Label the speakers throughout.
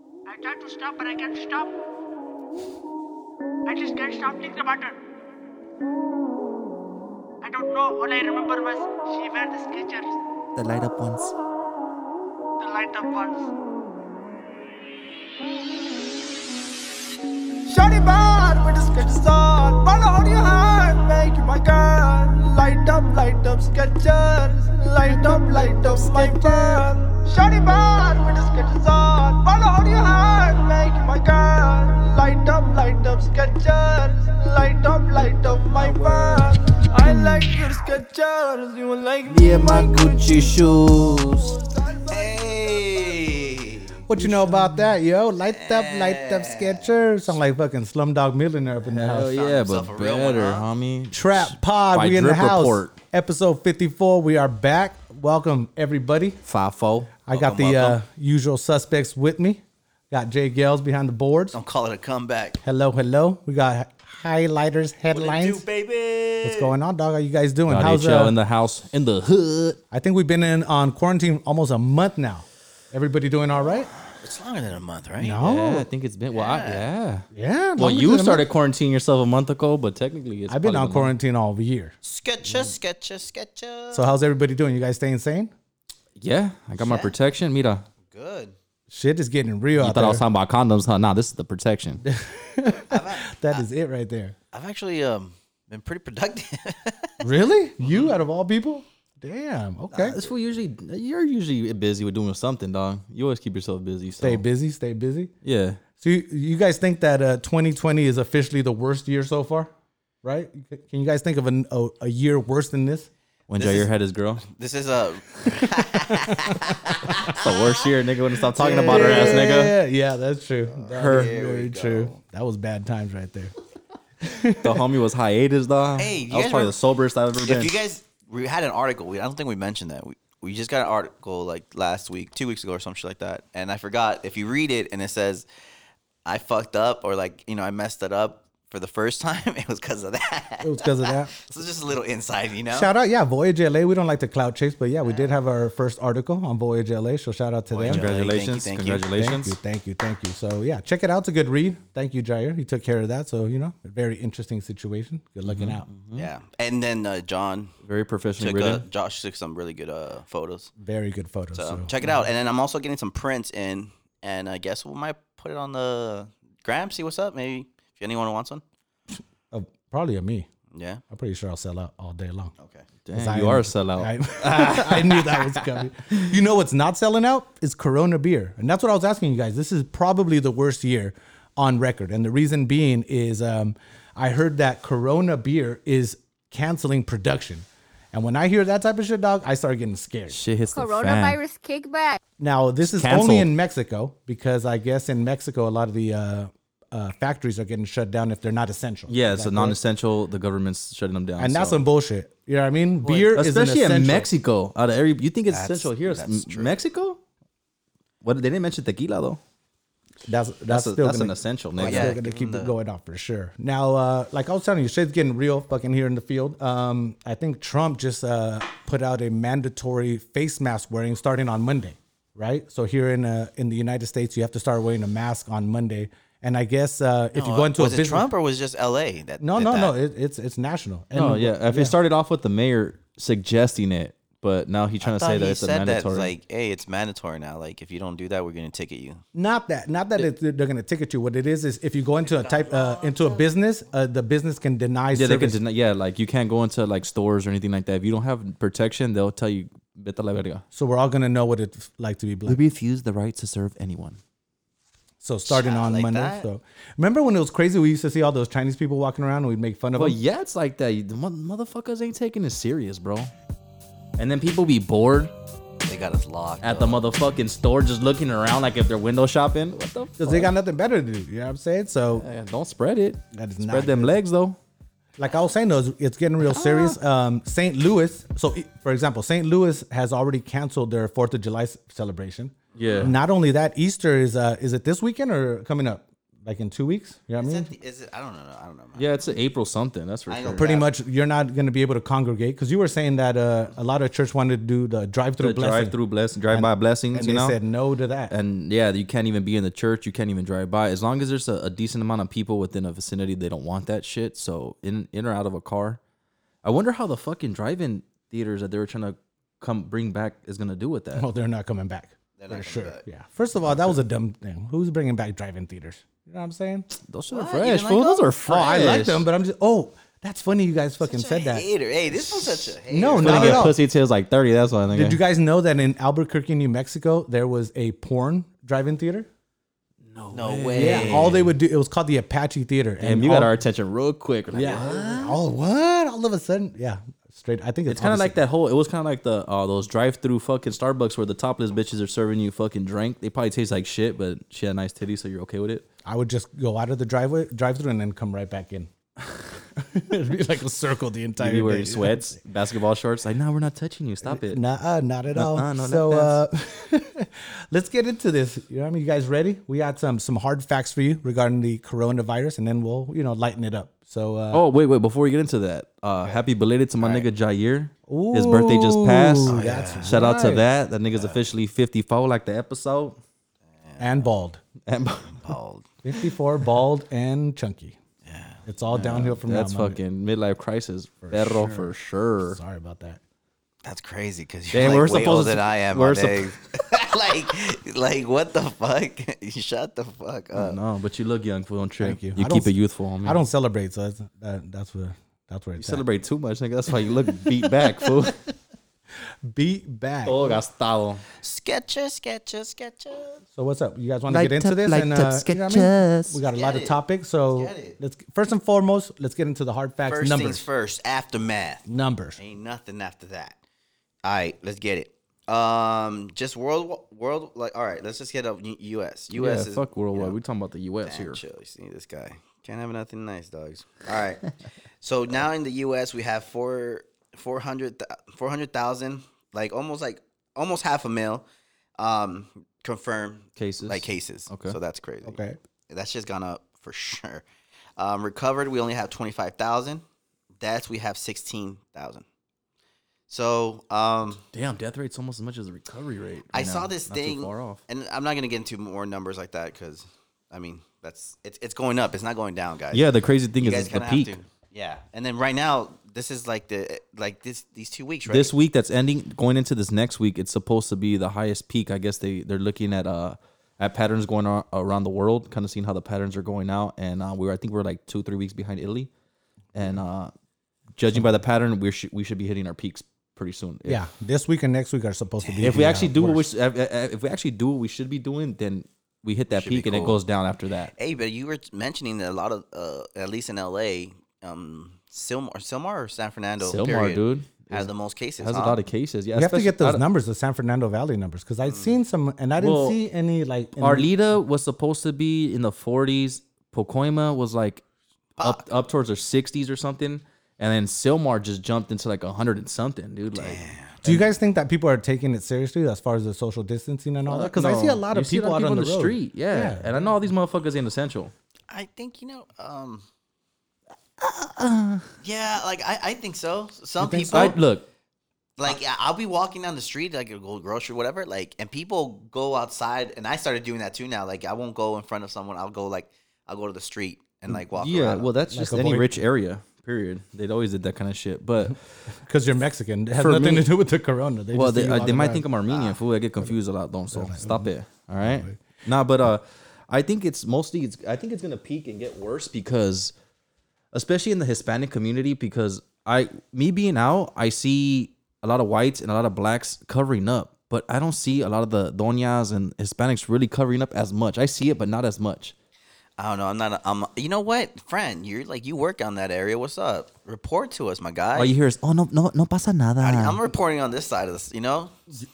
Speaker 1: I tried to stop, but I can't stop. I just can't stop clicking the button. I don't know. All I remember was she were the sketchers,
Speaker 2: The light up ones.
Speaker 1: the light up ones.
Speaker 3: Shawty bar with a sketches on. Follow on your heart, make you my girl. Light up, light up sketchers. Light up, light up my girl. Shawty bar with a sketches on. Follow on your heart, make you my girl. Light up, light up sketchers. Light up, light up my world. I like your sketchers, you like me and my Gucci shoes.
Speaker 2: Oh, Hey.
Speaker 4: What you know about that, yo? Light up, light up sketcher. Sound like fucking Slumdog Millionaire up in the
Speaker 2: Hell
Speaker 4: house.
Speaker 2: yeah, but
Speaker 5: yourself a real one,
Speaker 2: better,
Speaker 5: huh?
Speaker 2: homie.
Speaker 4: Trap Pod,
Speaker 2: By
Speaker 4: we in the
Speaker 2: Drip
Speaker 4: house.
Speaker 2: Report.
Speaker 4: Episode 54, we are back. Welcome, everybody.
Speaker 2: Fafo.
Speaker 4: I got
Speaker 5: Welcome,
Speaker 4: the uh,
Speaker 5: welcome.
Speaker 4: usual suspects with me. Got Jay Gales behind the boards.
Speaker 5: Don't call it a comeback.
Speaker 4: Hello, hello. We got highlighters, headlines.
Speaker 5: baby.
Speaker 4: What's going on, dog? How you guys doing?
Speaker 2: Got
Speaker 4: How's
Speaker 2: HL
Speaker 4: uh,
Speaker 2: in the house, in the hood.
Speaker 4: I think we've been in on quarantine almost a month now. Everybody doing all right?
Speaker 5: It's longer than a month, right?
Speaker 2: yeah, I think it's been. Well, I, yeah.
Speaker 4: Oh. yeah.
Speaker 2: Well,
Speaker 4: longer
Speaker 2: you
Speaker 4: than a
Speaker 2: started
Speaker 4: month.
Speaker 2: quarantining yourself a month ago, but technically, it's
Speaker 4: I've been on
Speaker 2: probably a month.
Speaker 4: quarantine all year.
Speaker 5: Sketcher, sketcher, sketcher.
Speaker 4: So how's everybody doing? You guys staying sane?
Speaker 2: Yeah, I got my protection. Mira,
Speaker 5: Good.
Speaker 4: Shit is getting real out
Speaker 2: I thought
Speaker 4: there.
Speaker 2: I was talking about condoms, huh? Nah, this is the protection.
Speaker 4: That is it right there.
Speaker 5: I've actually um been pretty productive.
Speaker 4: Really? You out of all people? Damn. Okay.
Speaker 2: This fool usually you're usually busy with doing something, dog. You always keep yourself busy. So.
Speaker 4: Stay busy. Stay busy.
Speaker 2: Yeah.
Speaker 4: So you, you guys think that uh, 2020 is officially the worst year so far, right? C- Can you guys think of an, a, a year worse than this?
Speaker 2: When
Speaker 5: This
Speaker 2: Jair
Speaker 5: is-
Speaker 2: had his girl,
Speaker 5: this is uh, a
Speaker 2: it's the worst year, nigga. When stop talking about her ass, nigga.
Speaker 4: Yeah, yeah, that's true. That
Speaker 2: Her.
Speaker 4: is very true. That was bad times right there.
Speaker 2: The homie was hiatus, dog.
Speaker 5: Hey, you
Speaker 2: I was
Speaker 5: guys
Speaker 2: probably
Speaker 5: remember-
Speaker 2: the soberest I've ever
Speaker 5: if
Speaker 2: been.
Speaker 5: you guys we had an article. We, I don't think we mentioned that. We we just got an article like last week, two weeks ago or some shit like that. And I forgot if you read it and it says I fucked up or like, you know, I messed it up for the first time, it was because of that.
Speaker 4: It was because of that.
Speaker 5: So it's just a little insight, you know?
Speaker 4: Shout out, yeah, Voyage LA. We don't like to clout chase, but yeah, we did have our first article on Voyage LA. So shout out to them.
Speaker 5: Voyage LA.
Speaker 2: congratulations,
Speaker 5: Thank you, thank you.
Speaker 2: congratulations.
Speaker 4: Thank you, thank you, thank you. So yeah, check it out. It's a good read. Thank you, Jair. He took care of that. So you know, a very interesting situation. Good looking
Speaker 2: Mm-hmm.
Speaker 4: out.
Speaker 5: Yeah. And then uh, John
Speaker 2: Very professionally
Speaker 5: took uh,
Speaker 2: written.
Speaker 5: Josh took some really good uh, photos.
Speaker 4: Very good photo. So,
Speaker 5: So check it out. And then I'm also getting some prints in, and I guess we might put it on the gram. See what's up. Maybe if anyone wants one.
Speaker 4: uh, probably a me.
Speaker 5: Yeah.
Speaker 4: I'm pretty sure I'll sell out all day long.
Speaker 5: Okay.
Speaker 4: 'Cause
Speaker 2: Damn,
Speaker 4: I
Speaker 2: you
Speaker 4: am-
Speaker 2: are a sellout.
Speaker 4: I, I knew that was coming. You know what's not selling out is Corona beer, and that's what I was asking you guys. This is probably the worst year on record, and the reason being is um, I heard that Corona beer is canceling production, and when I hear that type of shit, dog, I start getting scared.
Speaker 2: Shit hits the fan.
Speaker 6: Coronavirus kickback.
Speaker 4: Now this is
Speaker 2: Canceled.
Speaker 4: only in Mexico because I guess in Mexico a lot of the uh, uh, factories are getting shut down if they're not essential.
Speaker 2: Yeah,
Speaker 4: Is
Speaker 2: it's
Speaker 4: that
Speaker 2: a non-essential. The government's shutting them down.
Speaker 4: correct? and that's
Speaker 2: so-
Speaker 4: some bullshit. You know what I mean? Beer is
Speaker 2: especially
Speaker 4: an
Speaker 2: in
Speaker 4: essential.
Speaker 2: Mexico. Out of every, you think it's
Speaker 5: That's-
Speaker 2: essential here?
Speaker 5: that's
Speaker 2: M-
Speaker 5: true.
Speaker 2: Mexico? What they didn't mention tequila though.
Speaker 4: That's that's,
Speaker 2: That's a,
Speaker 4: still
Speaker 2: that's
Speaker 4: gonna,
Speaker 2: an essential,
Speaker 4: That's
Speaker 2: nigga.
Speaker 5: yeah.
Speaker 4: still gonna
Speaker 5: give
Speaker 4: keep
Speaker 5: them
Speaker 4: it
Speaker 5: the-
Speaker 4: going on for sure. Now, uh, like I was telling you, shit's getting real fucking here in the field. Um, I think Trump just uh, put out a mandatory face mask wearing starting on Monday, right? So here in uh, in the United States, you have to start wearing a mask on Monday. And I guess uh, if you go into
Speaker 5: was
Speaker 4: a
Speaker 5: it
Speaker 4: business,
Speaker 5: Trump or was it just L.A. That
Speaker 4: no,
Speaker 5: did
Speaker 4: no, no,
Speaker 5: that?
Speaker 4: it, it's it's national. And
Speaker 2: No, yeah. If it started off with the mayor suggesting it, but now he's trying
Speaker 5: I
Speaker 2: to
Speaker 5: thought
Speaker 2: say that
Speaker 5: he
Speaker 2: it's a
Speaker 5: said that
Speaker 2: mandatory.
Speaker 5: like, hey, it's mandatory now. Like, if you don't do that, we're gonna ticket you.
Speaker 4: Not that, not that it, they're gonna ticket you. What it is is if you go into a type uh, into a business, uh, the business can deny.
Speaker 2: yeah, they can
Speaker 4: service.
Speaker 2: deny, yeah, like you can't go into like stores or anything like that. If you don't have protection, they'll tell you "Vete a la verga."
Speaker 4: So we're all gonna know what it's like to be black.
Speaker 2: refuse the right to serve anyone.
Speaker 4: So starting
Speaker 5: Shot
Speaker 4: on
Speaker 5: like
Speaker 4: Monday.
Speaker 5: that?
Speaker 4: So remember when it was crazy? We used to see all those Chinese people walking around, and we'd make fun of
Speaker 2: Well,
Speaker 4: them.
Speaker 2: yeah, it's like that. You- The mo- motherfuckers ain't taking it serious, bro. And then people be bored
Speaker 5: They got us locked.
Speaker 2: at the motherfucking store, just looking around like if they're window shopping. What the?
Speaker 4: Because they got nothing better to do. You know what I'm saying? So
Speaker 2: Yeah, don't spread it.
Speaker 4: That is
Speaker 2: spread
Speaker 4: not
Speaker 2: them legs though.
Speaker 4: like I was saying, though, it's- it's getting real serious.
Speaker 5: Oh.
Speaker 4: Um, St. Louis. So i- for example, St. Louis has already canceled their Fourth of July s- celebration.
Speaker 2: Yeah.
Speaker 4: Not only that, Easter is uh, is it this weekend or coming up? Like in two weeks, you know what I
Speaker 5: Is,
Speaker 4: mean?
Speaker 5: that the, is it? I don't know. I don't know. man.
Speaker 2: Yeah, it's April something. That's for
Speaker 5: I
Speaker 2: sure.
Speaker 5: know.
Speaker 4: Pretty
Speaker 5: Yeah.
Speaker 4: much, you're not going to be able to congregate because you were saying that uh, a lot of church wanted to do the drive-through
Speaker 2: The
Speaker 4: blessing,
Speaker 2: drive-through blessing, drive-by blessings.
Speaker 4: and
Speaker 2: you
Speaker 4: they
Speaker 2: know,
Speaker 4: said no to that.
Speaker 2: and yeah, you can't even be in the church. You can't even drive by. As long as there's a, a decent amount of people within a vicinity, they don't want that shit. So in in or out of a car. I wonder how the fucking drive-in theaters that they were trying to come bring back is gonna do with that.
Speaker 4: well, they're not coming back.
Speaker 5: They're
Speaker 4: They're
Speaker 5: not
Speaker 4: sure.
Speaker 5: coming back.
Speaker 4: Yeah. First of all, that was a dumb thing. Who's bringing back drive-in theaters? You know what I'm saying?
Speaker 2: Those shit are
Speaker 5: What? You
Speaker 2: fresh.
Speaker 5: didn't
Speaker 2: fool.
Speaker 5: like
Speaker 2: Those
Speaker 5: them?
Speaker 2: are fresh.
Speaker 4: Oh, I like them, but I'm just. Oh, that's funny. You guys fucking said that.
Speaker 5: Hater. Hey, this was such a hater.
Speaker 4: No,
Speaker 2: Gonna
Speaker 4: not at
Speaker 2: get
Speaker 4: all.
Speaker 2: pussy till it's like thirty. That's what I think.
Speaker 4: Did you guys know that in Albuquerque, New Mexico, there was a porn drive-in theater?
Speaker 5: No way.
Speaker 4: Yeah. All they would do it was called the Apache Theater.
Speaker 2: Damn, you got
Speaker 4: all-
Speaker 2: our attention real quick. Like,
Speaker 4: Yeah. All what? All of a sudden, yeah. Straight. I think it's,
Speaker 2: It's kind of
Speaker 4: obviously-
Speaker 2: like that whole. It was kind of like the uh, those drive-through fucking Starbucks where the topless bitches are serving you fucking drink. They probably taste like shit, but she had nice titties, so you're okay with it.
Speaker 4: I would just go out of the driveway, drive through, and then come right back in. It'd be like a circle the entire
Speaker 2: You be
Speaker 4: day.
Speaker 2: wearing sweats, basketball shorts. Like, no, we're not touching you. Stop it.
Speaker 4: Nah, not at all.
Speaker 2: Nuh-uh, not
Speaker 4: so
Speaker 2: like
Speaker 4: uh, let's get into this. You know what I mean? You guys ready? We got some some hard facts for you regarding the coronavirus, and then we'll you know lighten it up. So uh,
Speaker 2: Oh wait, wait. Before we get into that, uh, happy belated to my nigga Jair. His birthday just passed.
Speaker 4: Ooh, that's
Speaker 2: Shout out to
Speaker 4: right.
Speaker 2: that. That nigga's officially 54, like the episode. Oh.
Speaker 4: and bald,
Speaker 2: And-
Speaker 5: Bald.
Speaker 4: fifty four, bald and chunky. Yeah, it's all downhill from
Speaker 2: that's
Speaker 4: now. mama.
Speaker 2: fucking midlife crisis, perro for sure.
Speaker 4: Sorry about that.
Speaker 5: That's crazy because you're
Speaker 2: Damn,
Speaker 5: like
Speaker 2: we're
Speaker 5: way
Speaker 2: supposed
Speaker 5: older
Speaker 2: to-
Speaker 5: than I am.
Speaker 2: we're
Speaker 5: We're
Speaker 2: supp-
Speaker 5: like, like what the fuck? Shut the fuck up.
Speaker 2: Oh, No, but you look young, fool. Don't trip.
Speaker 4: Thank you.
Speaker 2: You
Speaker 4: I don't
Speaker 2: keep it
Speaker 4: s-
Speaker 2: youthful, homie.
Speaker 4: I don't celebrate, so that's that, that's where that's where it's at.
Speaker 2: celebrate too much, nigga. That's why you look beat back, fool.
Speaker 4: Beat back.
Speaker 2: Todo gastado.
Speaker 5: Sketcher, sketcher, sketcher.
Speaker 4: So what's up? You guys want to get
Speaker 2: Light
Speaker 4: into
Speaker 2: up-
Speaker 4: this?
Speaker 2: light
Speaker 4: and,
Speaker 2: up
Speaker 4: uh, you know what I mean?
Speaker 2: sketches.
Speaker 4: We got a lot
Speaker 5: Get
Speaker 4: of
Speaker 5: it.
Speaker 4: topics, so
Speaker 5: Get it.
Speaker 4: let's first and foremost, let's get into the hard facts.
Speaker 5: First
Speaker 4: numbers,
Speaker 5: things first. Aftermath.
Speaker 4: numbers.
Speaker 5: Ain't nothing after that. All right, let's get it. Um, just world, world, like, all right, let's just get up. U- U.S. U.S.
Speaker 2: yeah,
Speaker 5: is
Speaker 2: fuck worldwide. we talking about the U.S.
Speaker 5: Damn,
Speaker 2: here.
Speaker 5: Chill. You see this guy can't have nothing nice, dogs. All right. so now in the U.S. we have four four hundred four hundred thousand, like almost like almost half a mil, um, confirmed
Speaker 2: Cases.
Speaker 5: like cases.
Speaker 2: Okay.
Speaker 5: So that's crazy.
Speaker 4: Okay.
Speaker 5: That's just gone up for sure. Um, recovered we only have twenty five thousand. Deaths we have sixteen thousand. So um.
Speaker 2: Damn, death rate's almost as much as the recovery rate.
Speaker 5: I
Speaker 2: right
Speaker 5: saw
Speaker 2: now.
Speaker 5: this
Speaker 2: Not too
Speaker 5: thing,
Speaker 2: far off.
Speaker 5: and I'm not gonna get into more numbers like that because, I mean, that's it's it's going up. It's not going down, guys.
Speaker 2: Yeah, the crazy thing
Speaker 5: you
Speaker 2: is
Speaker 5: guys
Speaker 2: it's the
Speaker 5: kind of have
Speaker 2: peak.
Speaker 5: to. Yeah, and then right now, this is like the like this these two weeks, right?
Speaker 2: This week that's ending, going into this next week, it's supposed to be the highest peak. I guess they they're looking at uh at patterns going ar- around the world, kind of seeing how the patterns are going out, and uh, we were I think we are like two three weeks behind Italy, and uh judging by the pattern, we should we should be hitting our peaks pretty soon. If-
Speaker 4: Yeah, this week and next week are supposed to be.
Speaker 2: if we
Speaker 4: yeah,
Speaker 2: actually do what we
Speaker 4: worse.
Speaker 2: sh- uh, uh, uh, if we actually do what we should be doing, then we hit that
Speaker 5: Should be
Speaker 2: peak and it
Speaker 5: cool.
Speaker 2: goes down after that.
Speaker 5: Hey, but you were mentioning that a lot of uh, at least in L.A., um, Silmar, Silmar or San Fernando,
Speaker 2: Silmar,
Speaker 5: period,
Speaker 2: dude,
Speaker 5: has the most cases.
Speaker 2: Has a
Speaker 5: huh?
Speaker 2: lot of cases. Yeah,
Speaker 4: we Uh, have to
Speaker 2: especially-
Speaker 4: get
Speaker 2: I
Speaker 4: those
Speaker 2: don't-
Speaker 4: numbers, the San Fernando Valley numbers, because
Speaker 5: Mm.
Speaker 4: I've seen some, and I didn't
Speaker 2: Well,
Speaker 4: see any like. in-
Speaker 2: Arleta was supposed to be in the 40s. Pacoima was like up up towards her 60s or something, and then Silmar just jumped into like 100 and something, dude. Like,
Speaker 4: do you guys think that people are taking it seriously as far as the social distancing and all that? Because I see a
Speaker 2: no.
Speaker 4: lot
Speaker 2: You
Speaker 4: of
Speaker 2: see
Speaker 4: people out on the, road.
Speaker 2: street. Yeah.
Speaker 4: Yeah.
Speaker 2: and I know all these motherfuckers ain't essential.
Speaker 5: I think you know. Um,
Speaker 2: Uh,
Speaker 5: yeah, like I, I think so. Some people
Speaker 2: I, look,
Speaker 5: like I- I'll be walking down the street, like a go grocery, whatever, like, and people go outside, and I started doing that too now. Like, I won't go in front of someone. I'll go like I'll go to the street and like walk.
Speaker 2: yeah,
Speaker 5: around.
Speaker 2: well, that's
Speaker 4: Like
Speaker 2: just
Speaker 4: a
Speaker 2: any
Speaker 4: void.
Speaker 2: rich area. Period. They'd always did that kind of shit, but.
Speaker 4: Because you're Mexican. It has
Speaker 2: For
Speaker 4: nothing
Speaker 2: me-
Speaker 4: to do with the corona. They
Speaker 2: Well,
Speaker 4: just see
Speaker 2: they,
Speaker 4: you
Speaker 2: uh,
Speaker 4: on the
Speaker 2: they
Speaker 4: Ah.
Speaker 2: might
Speaker 4: road.
Speaker 2: think I'm Armenian. fool, I get confused a lot. Don't so stop it. All right. Nah, but uh, I think it's mostly it's. I think it's gonna peak and get worse because, especially in the Hispanic community, because I me being out, I see a lot of whites and a lot of blacks covering up, but I don't see a lot of the doñas and Hispanics really covering up as much. I see it, but not as much.
Speaker 5: I don't know. I'm not. A, I'm. You know what, friend? You're like you work on that area. What's up? Report to us, my guy.
Speaker 2: All you hear is, "Oh no, no, no pasa nada."
Speaker 5: I'm reporting on this side of this. You know,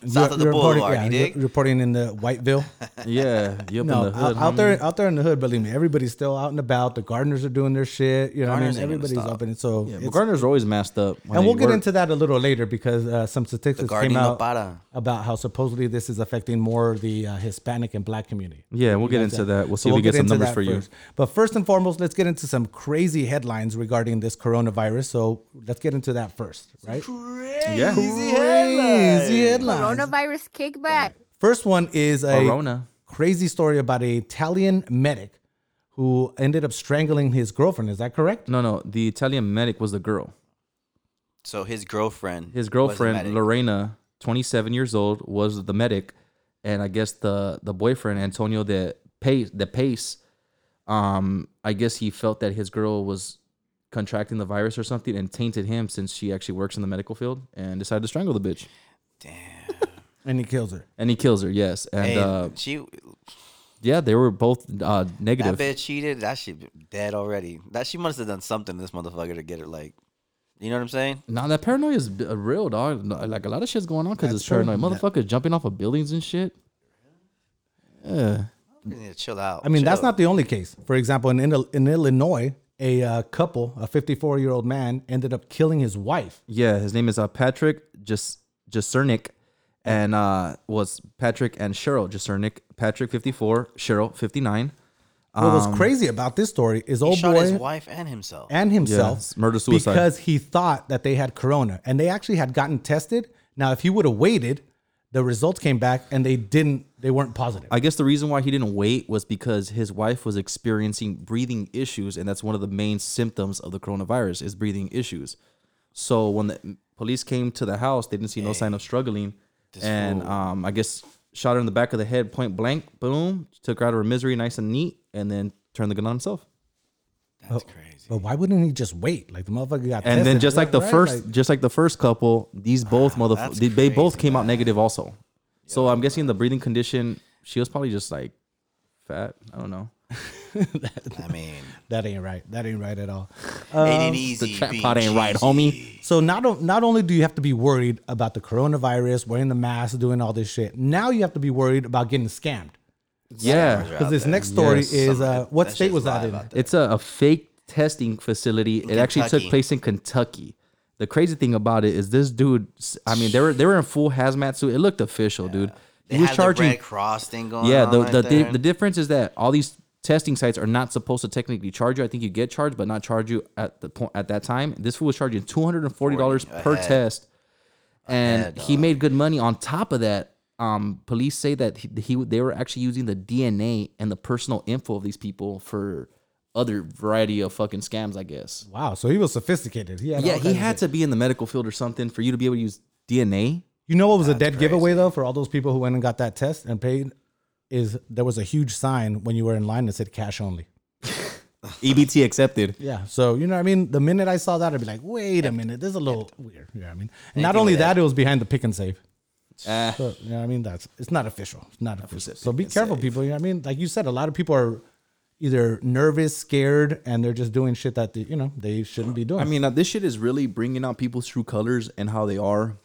Speaker 5: south of the
Speaker 4: You're reporting-
Speaker 5: boulevard. you
Speaker 4: yeah, you're
Speaker 5: dig?
Speaker 4: reporting in the Whiteville.
Speaker 2: Yeah, you up
Speaker 4: No,
Speaker 2: in the hood,
Speaker 4: out, out there,
Speaker 2: homie.
Speaker 4: out there in the hood. Believe me, everybody's still out and about. The gardeners are doing their shit. You know, what I
Speaker 5: Gardeners
Speaker 4: mean,
Speaker 5: ain't gonna
Speaker 4: everybody's
Speaker 5: stop.
Speaker 4: up in it. So,
Speaker 2: Yeah,
Speaker 4: it's-
Speaker 2: but gardeners are always masked up. when
Speaker 4: and
Speaker 2: they
Speaker 4: we'll get
Speaker 2: work.
Speaker 4: into that a little later because uh, some statistics came
Speaker 5: gardening no
Speaker 4: out
Speaker 5: para.
Speaker 4: about how supposedly this is affecting more the uh, Hispanic and Black community.
Speaker 2: Yeah, we'll get
Speaker 4: That's
Speaker 2: into
Speaker 4: it.
Speaker 2: that. We'll
Speaker 4: So
Speaker 2: see if we get some
Speaker 4: into
Speaker 2: numbers
Speaker 4: that
Speaker 2: for you.
Speaker 4: first. But first and foremost, let's get into some crazy headlines regarding this coronavirus. So let's get into that first, right?
Speaker 2: Yeah,
Speaker 4: Crazy headlines.
Speaker 6: Coronavirus kickback.
Speaker 4: First one is a
Speaker 2: Corona.
Speaker 4: crazy story about a Italian medic who ended up strangling his girlfriend. Is that correct?
Speaker 2: No, no. The Italian medic was the girl.
Speaker 5: So his girlfriend.
Speaker 2: His
Speaker 5: was a
Speaker 2: girlfriend
Speaker 5: medic.
Speaker 2: Lorena, 27 years old, was the medic, and I guess the the boyfriend Antonio de Pace, de Pace, um, I guess he felt that his girl was contracting the virus or something and tainted him since she actually works in the medical field and decided to strangle the bitch
Speaker 4: And he kills her.
Speaker 2: and he kills her. Yes, and
Speaker 5: Hey,
Speaker 2: uh,
Speaker 5: she
Speaker 2: yeah, they were both uh,
Speaker 5: that
Speaker 2: negative.
Speaker 5: bitch cheated. That shit dead already. That she must have done something to this motherfucker to get her like, you know what I'm saying?
Speaker 2: Nah, that paranoia is b- uh, real, dog. Like a lot of shit's going on because it's paranoid. Motherfuckers jumping off of buildings and shit.
Speaker 5: You need to chill out.
Speaker 4: I mean, that's
Speaker 5: chill.
Speaker 4: not the only case. For example, in in, in Illinois, a uh, couple, a 54 year old man, ended up killing his wife.
Speaker 2: Yeah, his name is uh, Patrick Jas- Jasernik, and uh, was Patrick and Cheryl Jasernik. Patrick fifty four, Cheryl fifty nine.
Speaker 4: what
Speaker 2: Um,
Speaker 4: was crazy about this story is
Speaker 5: He
Speaker 4: old
Speaker 5: shot his
Speaker 4: boy
Speaker 5: wife and himself.
Speaker 4: and himself
Speaker 2: Yes, murder-suicide.
Speaker 4: because he thought that they had corona and they actually had gotten tested. Now, if he would have waited, the results came back and they didn't. They weren't positive.
Speaker 2: I guess the reason why he didn't wait was because his wife was experiencing breathing issues, and that's one of the main symptoms of the coronavirus is breathing issues. So when the police came to the house, they didn't see no sign of struggling, and um, I guess shot her in the back of the head, point blank, boom, took her out of her misery, nice and neat, and then turned the gun on himself.
Speaker 5: That's crazy.
Speaker 4: But why wouldn't he just wait? Like the motherfucker got
Speaker 2: and then
Speaker 4: tested,
Speaker 2: just like the
Speaker 4: right?
Speaker 2: first just like the first couple these both motherfuckers
Speaker 5: that's
Speaker 2: they, they both
Speaker 5: crazy,
Speaker 2: came out negative also so i'm guessing the breathing condition she was probably just like fat i don't know
Speaker 5: I mean,
Speaker 4: that ain't right. That ain't right at all. Um,
Speaker 5: it ain't easy.
Speaker 2: the trap
Speaker 5: being
Speaker 2: pot ain't right
Speaker 5: cheesy.
Speaker 2: homie
Speaker 4: So not o- not only do you have to be worried about the coronavirus, wearing the mask, doing all this shit. Now you have to be worried about getting scammed.
Speaker 2: yeah
Speaker 4: Because
Speaker 5: Out
Speaker 4: this
Speaker 5: there.
Speaker 4: next story
Speaker 2: Yes.
Speaker 4: is
Speaker 5: Some-
Speaker 4: uh, what
Speaker 5: that
Speaker 4: state
Speaker 5: shit's
Speaker 4: was that
Speaker 5: live
Speaker 4: in?
Speaker 5: out there.
Speaker 2: it's a, a fake testing facility it actually took
Speaker 5: Kentucky.
Speaker 2: place in kentucky the crazy thing about it is this dude i mean they were they were in full hazmat suit it looked official dude
Speaker 5: They
Speaker 2: he was
Speaker 5: had
Speaker 2: charging
Speaker 5: the Red Cross thing going
Speaker 2: yeah,
Speaker 5: on.
Speaker 2: the
Speaker 5: right
Speaker 2: the, di-
Speaker 5: there.
Speaker 2: the difference is that all these testing sites are not supposed to technically charge you. I think you get charged, but not charge you at the point at that time. This fool was charging two hundred and forty dollars
Speaker 5: Forty,
Speaker 2: per
Speaker 5: a head.
Speaker 2: test, and
Speaker 5: head,
Speaker 2: he made good money on top of that. Um, police say that he, he they were actually using the DNA and the personal info of these people for other variety of fucking scams. I guess.
Speaker 4: Wow, so he was sophisticated. He had
Speaker 2: Yeah,
Speaker 4: all
Speaker 2: he
Speaker 4: kinds of
Speaker 2: had to be in the medical field or something for you to be able to use DNA.
Speaker 4: You know what was a dead giveaway though for all those people who went and got that test and paid? Is there was a huge sign when you were in line that said cash only.
Speaker 2: EBT E accepted.
Speaker 4: Yeah. So you know what I mean? The minute I saw that, I'd be like, wait a minute, this is a little weird. Yeah, I mean. And not
Speaker 5: Anything
Speaker 4: only
Speaker 5: with
Speaker 4: that, it was behind the pick and save.
Speaker 2: Ah.
Speaker 4: So, you know what I mean? That's it's not official. It's not official. So be careful, people. You know what I mean? Like you said, a lot of people are either nervous, scared, and they're just doing shit that they, you know they shouldn't be doing.
Speaker 2: I mean, uh, this shit is really bringing out people's true colors and how they are,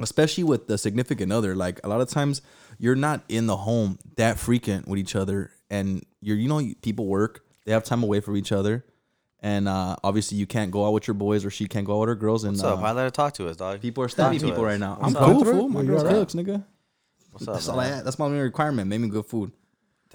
Speaker 2: especially with the significant other. Like a lot of times, you're not in the home that frequent with each other, and you're you know you- people work, they have time away from each other, and uh, obviously you can't go out with your boys or she can't go out with her girls. And
Speaker 5: What's up?
Speaker 2: uh,
Speaker 5: Why let her talk to us, dog?
Speaker 2: people are
Speaker 5: Talk
Speaker 2: stabby
Speaker 5: to
Speaker 2: people
Speaker 5: us.
Speaker 2: right now.
Speaker 5: What's
Speaker 2: I'm
Speaker 5: up?
Speaker 2: cool, fool. My
Speaker 4: You
Speaker 2: girl's
Speaker 4: alright?
Speaker 2: cooks, nigga.
Speaker 5: What's up,
Speaker 2: That's all I
Speaker 5: man?
Speaker 2: had. That's my main requirement. Make me good food.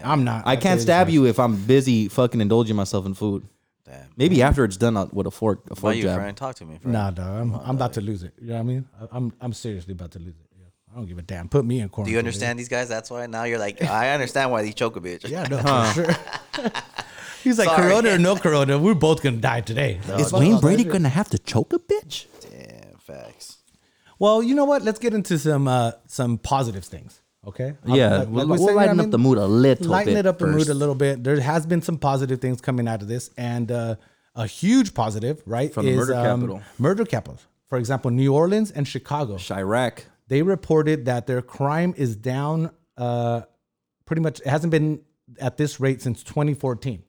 Speaker 4: I'm not.
Speaker 2: I can't stab you if I'm busy fucking indulging myself in food.
Speaker 5: Damn.
Speaker 2: Maybe after it's done uh, with a fork, a
Speaker 5: Why
Speaker 2: fork
Speaker 5: you,
Speaker 2: jab.
Speaker 5: friend? Talk to me, friend.
Speaker 4: Nah, dog. I'm, I'm about to lose it. You know what I mean? I- I'm I'm seriously about to lose it. Yeah. I don't give a damn. Put me in
Speaker 5: Do
Speaker 4: quarantine.
Speaker 5: you understand these guys? That's why now you're like, I understand why they choke a bitch.
Speaker 4: Yeah, no, for sure. He's like
Speaker 5: Sorry.
Speaker 4: corona or no corona, we're both gonna die today.
Speaker 5: Uh,
Speaker 2: Is Wayne Brady gonna have to choke a bitch?
Speaker 5: Damn, facts.
Speaker 4: Well, you know what? Let's get into some uh, some positive things. Okay. I'll-
Speaker 2: Yeah,
Speaker 4: like- like
Speaker 2: we'll,
Speaker 4: we
Speaker 2: we'll
Speaker 4: say, you know
Speaker 2: lighten
Speaker 4: what I
Speaker 2: up the
Speaker 4: mean?
Speaker 2: mood a little
Speaker 4: lighten
Speaker 2: bit.
Speaker 4: it up the mood
Speaker 2: first.
Speaker 4: a little bit. There has been some positive things coming out of this, and uh, a huge positive, right? um,
Speaker 2: From the murder capital.
Speaker 4: Murder capital. For example, New Orleans and Chicago.
Speaker 2: Chirac.
Speaker 4: They reported that their crime is down. Uh, pretty much, it hasn't been at this rate since 2014.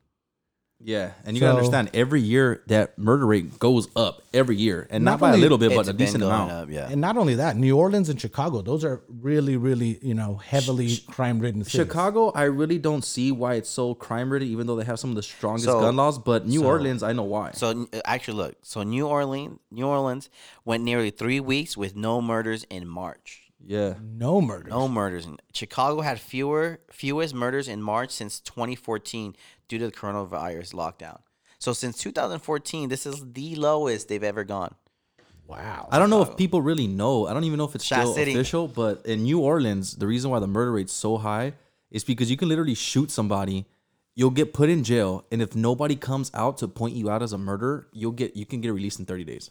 Speaker 2: Yeah, and you gotta
Speaker 4: So-
Speaker 2: understand every year that murder rate goes up every year, and not,
Speaker 4: Not
Speaker 2: by a
Speaker 4: only-
Speaker 2: little bit,
Speaker 5: It's
Speaker 2: but a
Speaker 5: been
Speaker 2: decent
Speaker 5: going
Speaker 2: amount.
Speaker 5: up, yeah.
Speaker 4: And not only that, New Orleans and Chicago, those are really, really, you know, heavily crime ridden cities.
Speaker 2: Chicago, I really don't see why it's so crime ridden, even though they have some of the strongest
Speaker 5: So-
Speaker 2: gun laws. But New Orleans, I know why.
Speaker 5: So n- uh, actually, look. So New Orleans, New Orleans went nearly three weeks with no murders in March.
Speaker 2: yeah,
Speaker 4: No murders.
Speaker 5: No murders. In, Chicago had fewer fewest murders in March since 2014 due to the coronavirus lockdown. So since 2014, this is the lowest they've ever gone.
Speaker 4: Wow.
Speaker 2: I don't know if people really know. I don't even know if it's
Speaker 5: Oh. Shot
Speaker 2: still
Speaker 5: City.
Speaker 2: official. But in New Orleans, the reason why the murder rate's so high is because you can literally shoot somebody, you'll get put in jail, and if nobody comes out to point you out as a murderer, you'll get you can get released in thirty days.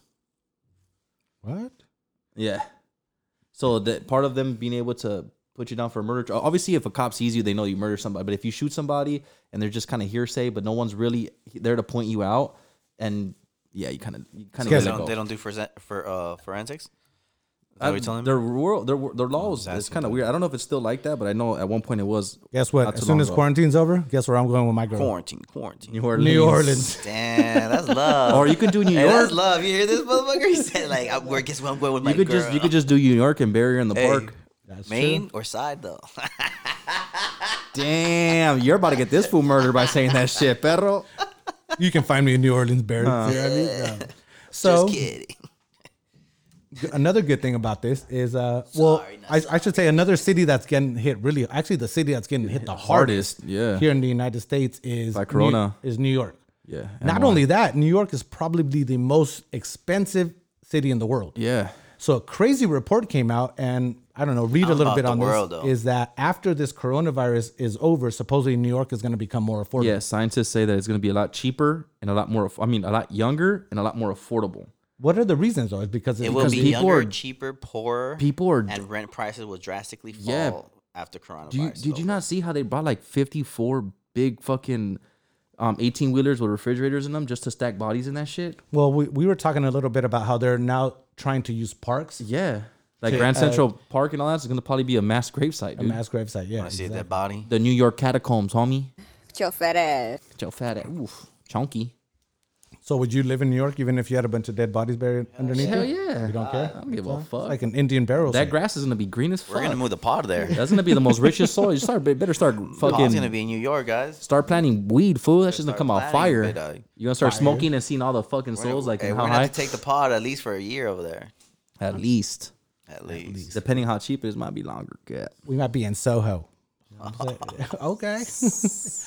Speaker 4: What?
Speaker 2: Yeah. So that part of them being able to put you down for a murder. charge- Obviously, if a cop sees you, they know you murder somebody. But if you shoot somebody and they're just kind of hearsay, but no one's really there to point you out, and yeah, you kind of you kind of
Speaker 5: They
Speaker 2: let it
Speaker 5: don't,
Speaker 2: go.
Speaker 5: they don't do forse- for uh, forensics. Is that
Speaker 2: Uh,
Speaker 5: what you're telling me?
Speaker 2: their world, their wor- their laws
Speaker 5: Oh, that's
Speaker 2: is kind of weird. I don't know if it's still like that, but I know at one point it was.
Speaker 4: Guess what?
Speaker 2: Not too
Speaker 4: As soon
Speaker 2: long
Speaker 4: as
Speaker 2: ago.
Speaker 4: quarantine's over, guess where I'm going with my girl?
Speaker 5: Quarantine, quarantine.
Speaker 2: New Orleans.
Speaker 4: New Orleans.
Speaker 5: Damn, that's love.
Speaker 2: or you could do New
Speaker 5: Hey, that's
Speaker 2: York.
Speaker 5: love. You hear this motherfucker? He said, like, I'm, where, guess what I'm going with my
Speaker 2: you could
Speaker 5: girl.
Speaker 2: just you could just do New York and bury her in the
Speaker 5: Hey,
Speaker 2: park.
Speaker 5: main or side, though.
Speaker 2: Damn, you're about to get this fool murdered by saying that shit, perro.
Speaker 4: You can find me in New Orleans, Barry. You know what I mean? Yeah. So
Speaker 5: just kidding.
Speaker 4: g- another good thing about this is, uh, well, I, I should say another city that's getting hit really, actually the city that's getting hit the hardest,
Speaker 2: Hardest, yeah.
Speaker 4: here in the United States is
Speaker 2: By
Speaker 4: New-
Speaker 2: Corona.
Speaker 4: is New York.
Speaker 2: Yeah,
Speaker 4: Not
Speaker 2: MY.
Speaker 4: only that, New York is probably the most expensive city in the world.
Speaker 2: Yeah,
Speaker 4: So a crazy report came out, and I don't know, read a
Speaker 5: don't
Speaker 4: little
Speaker 5: know
Speaker 4: bit
Speaker 5: about
Speaker 4: on
Speaker 5: the
Speaker 4: this.
Speaker 5: world, though.
Speaker 4: Is that after this coronavirus is over, supposedly New York is going to become more affordable.
Speaker 2: yeah. Scientists say that it's going to be a lot cheaper and a lot more. aff- I mean, a lot younger and a lot more affordable.
Speaker 4: What are the reasons though? It's because
Speaker 5: It
Speaker 4: it's
Speaker 5: will
Speaker 2: Because
Speaker 5: be
Speaker 2: people
Speaker 5: younger,
Speaker 2: are-
Speaker 5: cheaper, poorer.
Speaker 2: People are.
Speaker 5: and rent prices will drastically fall
Speaker 2: Yeah.
Speaker 5: after coronavirus.
Speaker 2: Do you,
Speaker 5: is
Speaker 2: did you
Speaker 5: over.
Speaker 2: not see how they brought like 54 big fucking um 18 wheelers with refrigerators in them just to stack bodies in that shit?
Speaker 4: Well, we, we were talking a little bit about how they're now trying to use parks,
Speaker 2: Yeah. Like
Speaker 4: To,
Speaker 2: Grand
Speaker 4: uh,
Speaker 2: Central Park and all that's going to probably be a mass gravesite, dude.
Speaker 4: mass gravesite. Yeah,
Speaker 5: I see
Speaker 4: exactly.
Speaker 5: that body?
Speaker 2: the New York catacombs, homie.
Speaker 6: Your fat ass.
Speaker 2: Get your fat ass. Oof. Chunky.
Speaker 4: So would you live in New York even if you had a bunch of dead bodies buried underneath
Speaker 2: Hell
Speaker 4: you?
Speaker 2: yeah.
Speaker 4: You don't
Speaker 2: I
Speaker 4: care.
Speaker 2: don't give a fuck.
Speaker 4: Like an Indian burial.
Speaker 2: that
Speaker 4: site.
Speaker 2: grass is going to be green as fuck.
Speaker 5: We're gonna move the pod there. That's
Speaker 2: that's going to be the most richest soil. You start, better start
Speaker 5: pod's gonna
Speaker 2: fucking.
Speaker 5: be in New York, guys.
Speaker 2: Start planting weed, fool. That's just
Speaker 5: Start
Speaker 2: gonna come out
Speaker 5: planting,
Speaker 2: fire. You're
Speaker 5: but, uh,
Speaker 2: gonna start smoking and seeing all the fucking souls like
Speaker 5: Hey,
Speaker 2: and
Speaker 5: we're
Speaker 2: how
Speaker 5: gonna
Speaker 2: high.
Speaker 5: have to take the pod at least for a year over there,
Speaker 2: At least,
Speaker 5: at least.
Speaker 2: depending how cheap it is, might be longer. Yeah.
Speaker 4: We might be in Soho. okay.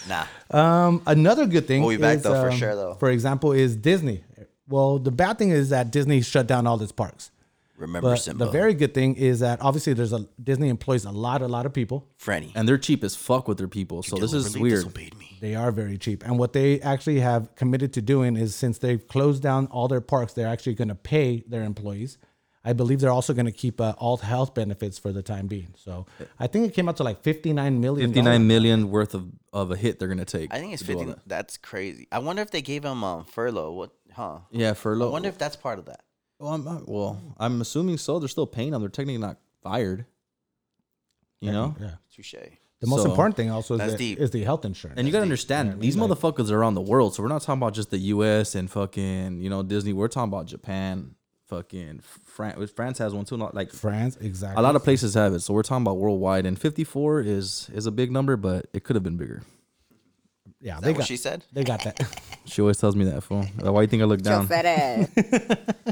Speaker 5: Nah,
Speaker 2: Uh,
Speaker 4: Um, another good thing.
Speaker 5: We'll be back,
Speaker 4: is,
Speaker 5: though, for
Speaker 4: um,
Speaker 5: sure, though.
Speaker 4: For example, is Disney. Well, the bad thing is that Disney shut down all its parks.
Speaker 5: remember
Speaker 4: But
Speaker 5: Simba,
Speaker 4: the very good thing is that obviously there's a Disney employs a lot, a lot of people.
Speaker 5: Freddy.
Speaker 2: and they're cheap as fuck with their people. So this is
Speaker 5: Deliberately
Speaker 2: weird.
Speaker 5: disobeyed me.
Speaker 4: They are very cheap. And what they actually have committed to doing is since they've closed down all their parks, they're actually going to pay their employees. I believe they're also going to keep uh, all health benefits for the time being. So I think it came out to like 59 million.
Speaker 2: Fifty-nine million worth of, of a hit they're gonna take.
Speaker 5: I think it's
Speaker 2: to do all
Speaker 5: fifty.
Speaker 2: that.
Speaker 5: That's crazy. I wonder if they gave him um furlough. What? Huh?
Speaker 2: Yeah,
Speaker 5: I
Speaker 2: furlough.
Speaker 5: wonder if that's part of that.
Speaker 2: Well, I'm not, well, I'm assuming so. They're still paying them. They're technically not fired. You know,
Speaker 4: Yeah.
Speaker 5: Touche.
Speaker 4: The most
Speaker 2: So-
Speaker 4: important thing also
Speaker 5: That's
Speaker 4: is the,
Speaker 5: deep.
Speaker 4: is the health insurance.
Speaker 2: and you gotta understand these motherfuckers are around the world. So we're not talking about just the U.S. and fucking you know Disney. We're talking about Japan, fucking France. France has one too. Not like
Speaker 4: France, exactly.
Speaker 2: a lot of places have it. So we're talking about worldwide. And 54 is is a big number, but it could have been bigger.
Speaker 4: yeah,
Speaker 5: Is that
Speaker 4: they
Speaker 5: what
Speaker 4: got,
Speaker 5: she said?
Speaker 4: they got that.
Speaker 2: She always tells me that. Fool. Why you think I look
Speaker 6: Your
Speaker 2: down?
Speaker 6: fat ass.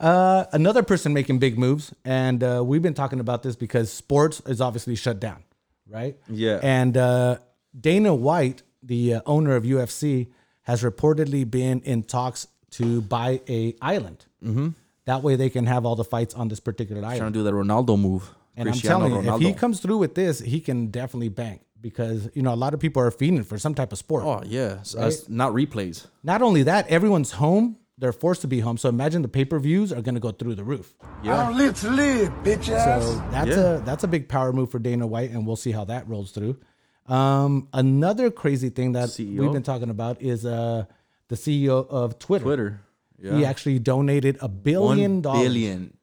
Speaker 4: Uh, another person making big moves, and uh, we've been talking about this because sports is obviously shut down, right?
Speaker 2: Yeah.
Speaker 4: And uh, Dana White, the uh, owner of UFC, has reportedly been in talks to buy a island. Mm-hmm. That way, they can have all the fights on this particular
Speaker 2: Trying
Speaker 4: island.
Speaker 2: to do that Ronaldo move.
Speaker 4: And I'm
Speaker 2: Cristiano
Speaker 4: telling you, if he
Speaker 2: Ronaldo.
Speaker 4: comes through with this, he can definitely bank because you know a lot of people are feeding for some type of sport.
Speaker 2: Oh yeah, so that's not replays.
Speaker 4: Not only that, everyone's home; they're forced to be home. So imagine the pay per views are going to go through the roof.
Speaker 2: Yeah.
Speaker 7: I don't live to live, bitch ass.
Speaker 4: So that's
Speaker 2: Yeah.
Speaker 4: a that's a big power move for Dana White, and we'll see how that rolls through. Um, another crazy thing that
Speaker 2: CEO?
Speaker 4: we've been talking about is uh the CEO of Twitter.
Speaker 2: Twitter. Yeah.
Speaker 4: He actually donated a billion
Speaker 2: One
Speaker 4: dollars.
Speaker 2: billion.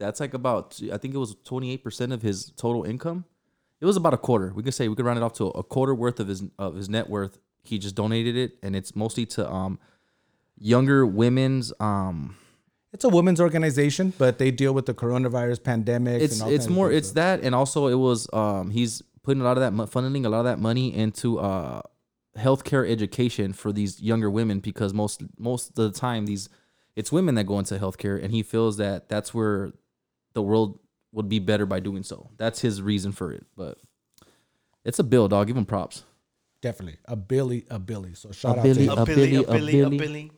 Speaker 2: That's like about I think it was twenty eight percent of his total income. It was about a quarter. We could say we could round it off to a quarter worth of his of his net worth. He just donated it, and it's mostly to um younger women's um
Speaker 4: It's a women's organization, but they deal with the coronavirus pandemic.
Speaker 2: it's it's more it's that and also it was um he's putting a lot of that mo- funneling a lot of that money into uh healthcare education for these younger women because most most of the time these it's women that go into healthcare and he feels that that's where the world would be better by doing so that's his reason for it but it's a bill dog give him props
Speaker 4: definitely a Billy, a Billy. So shout out
Speaker 2: Billy,
Speaker 4: to
Speaker 2: a
Speaker 4: him.
Speaker 2: Billy, a Billy.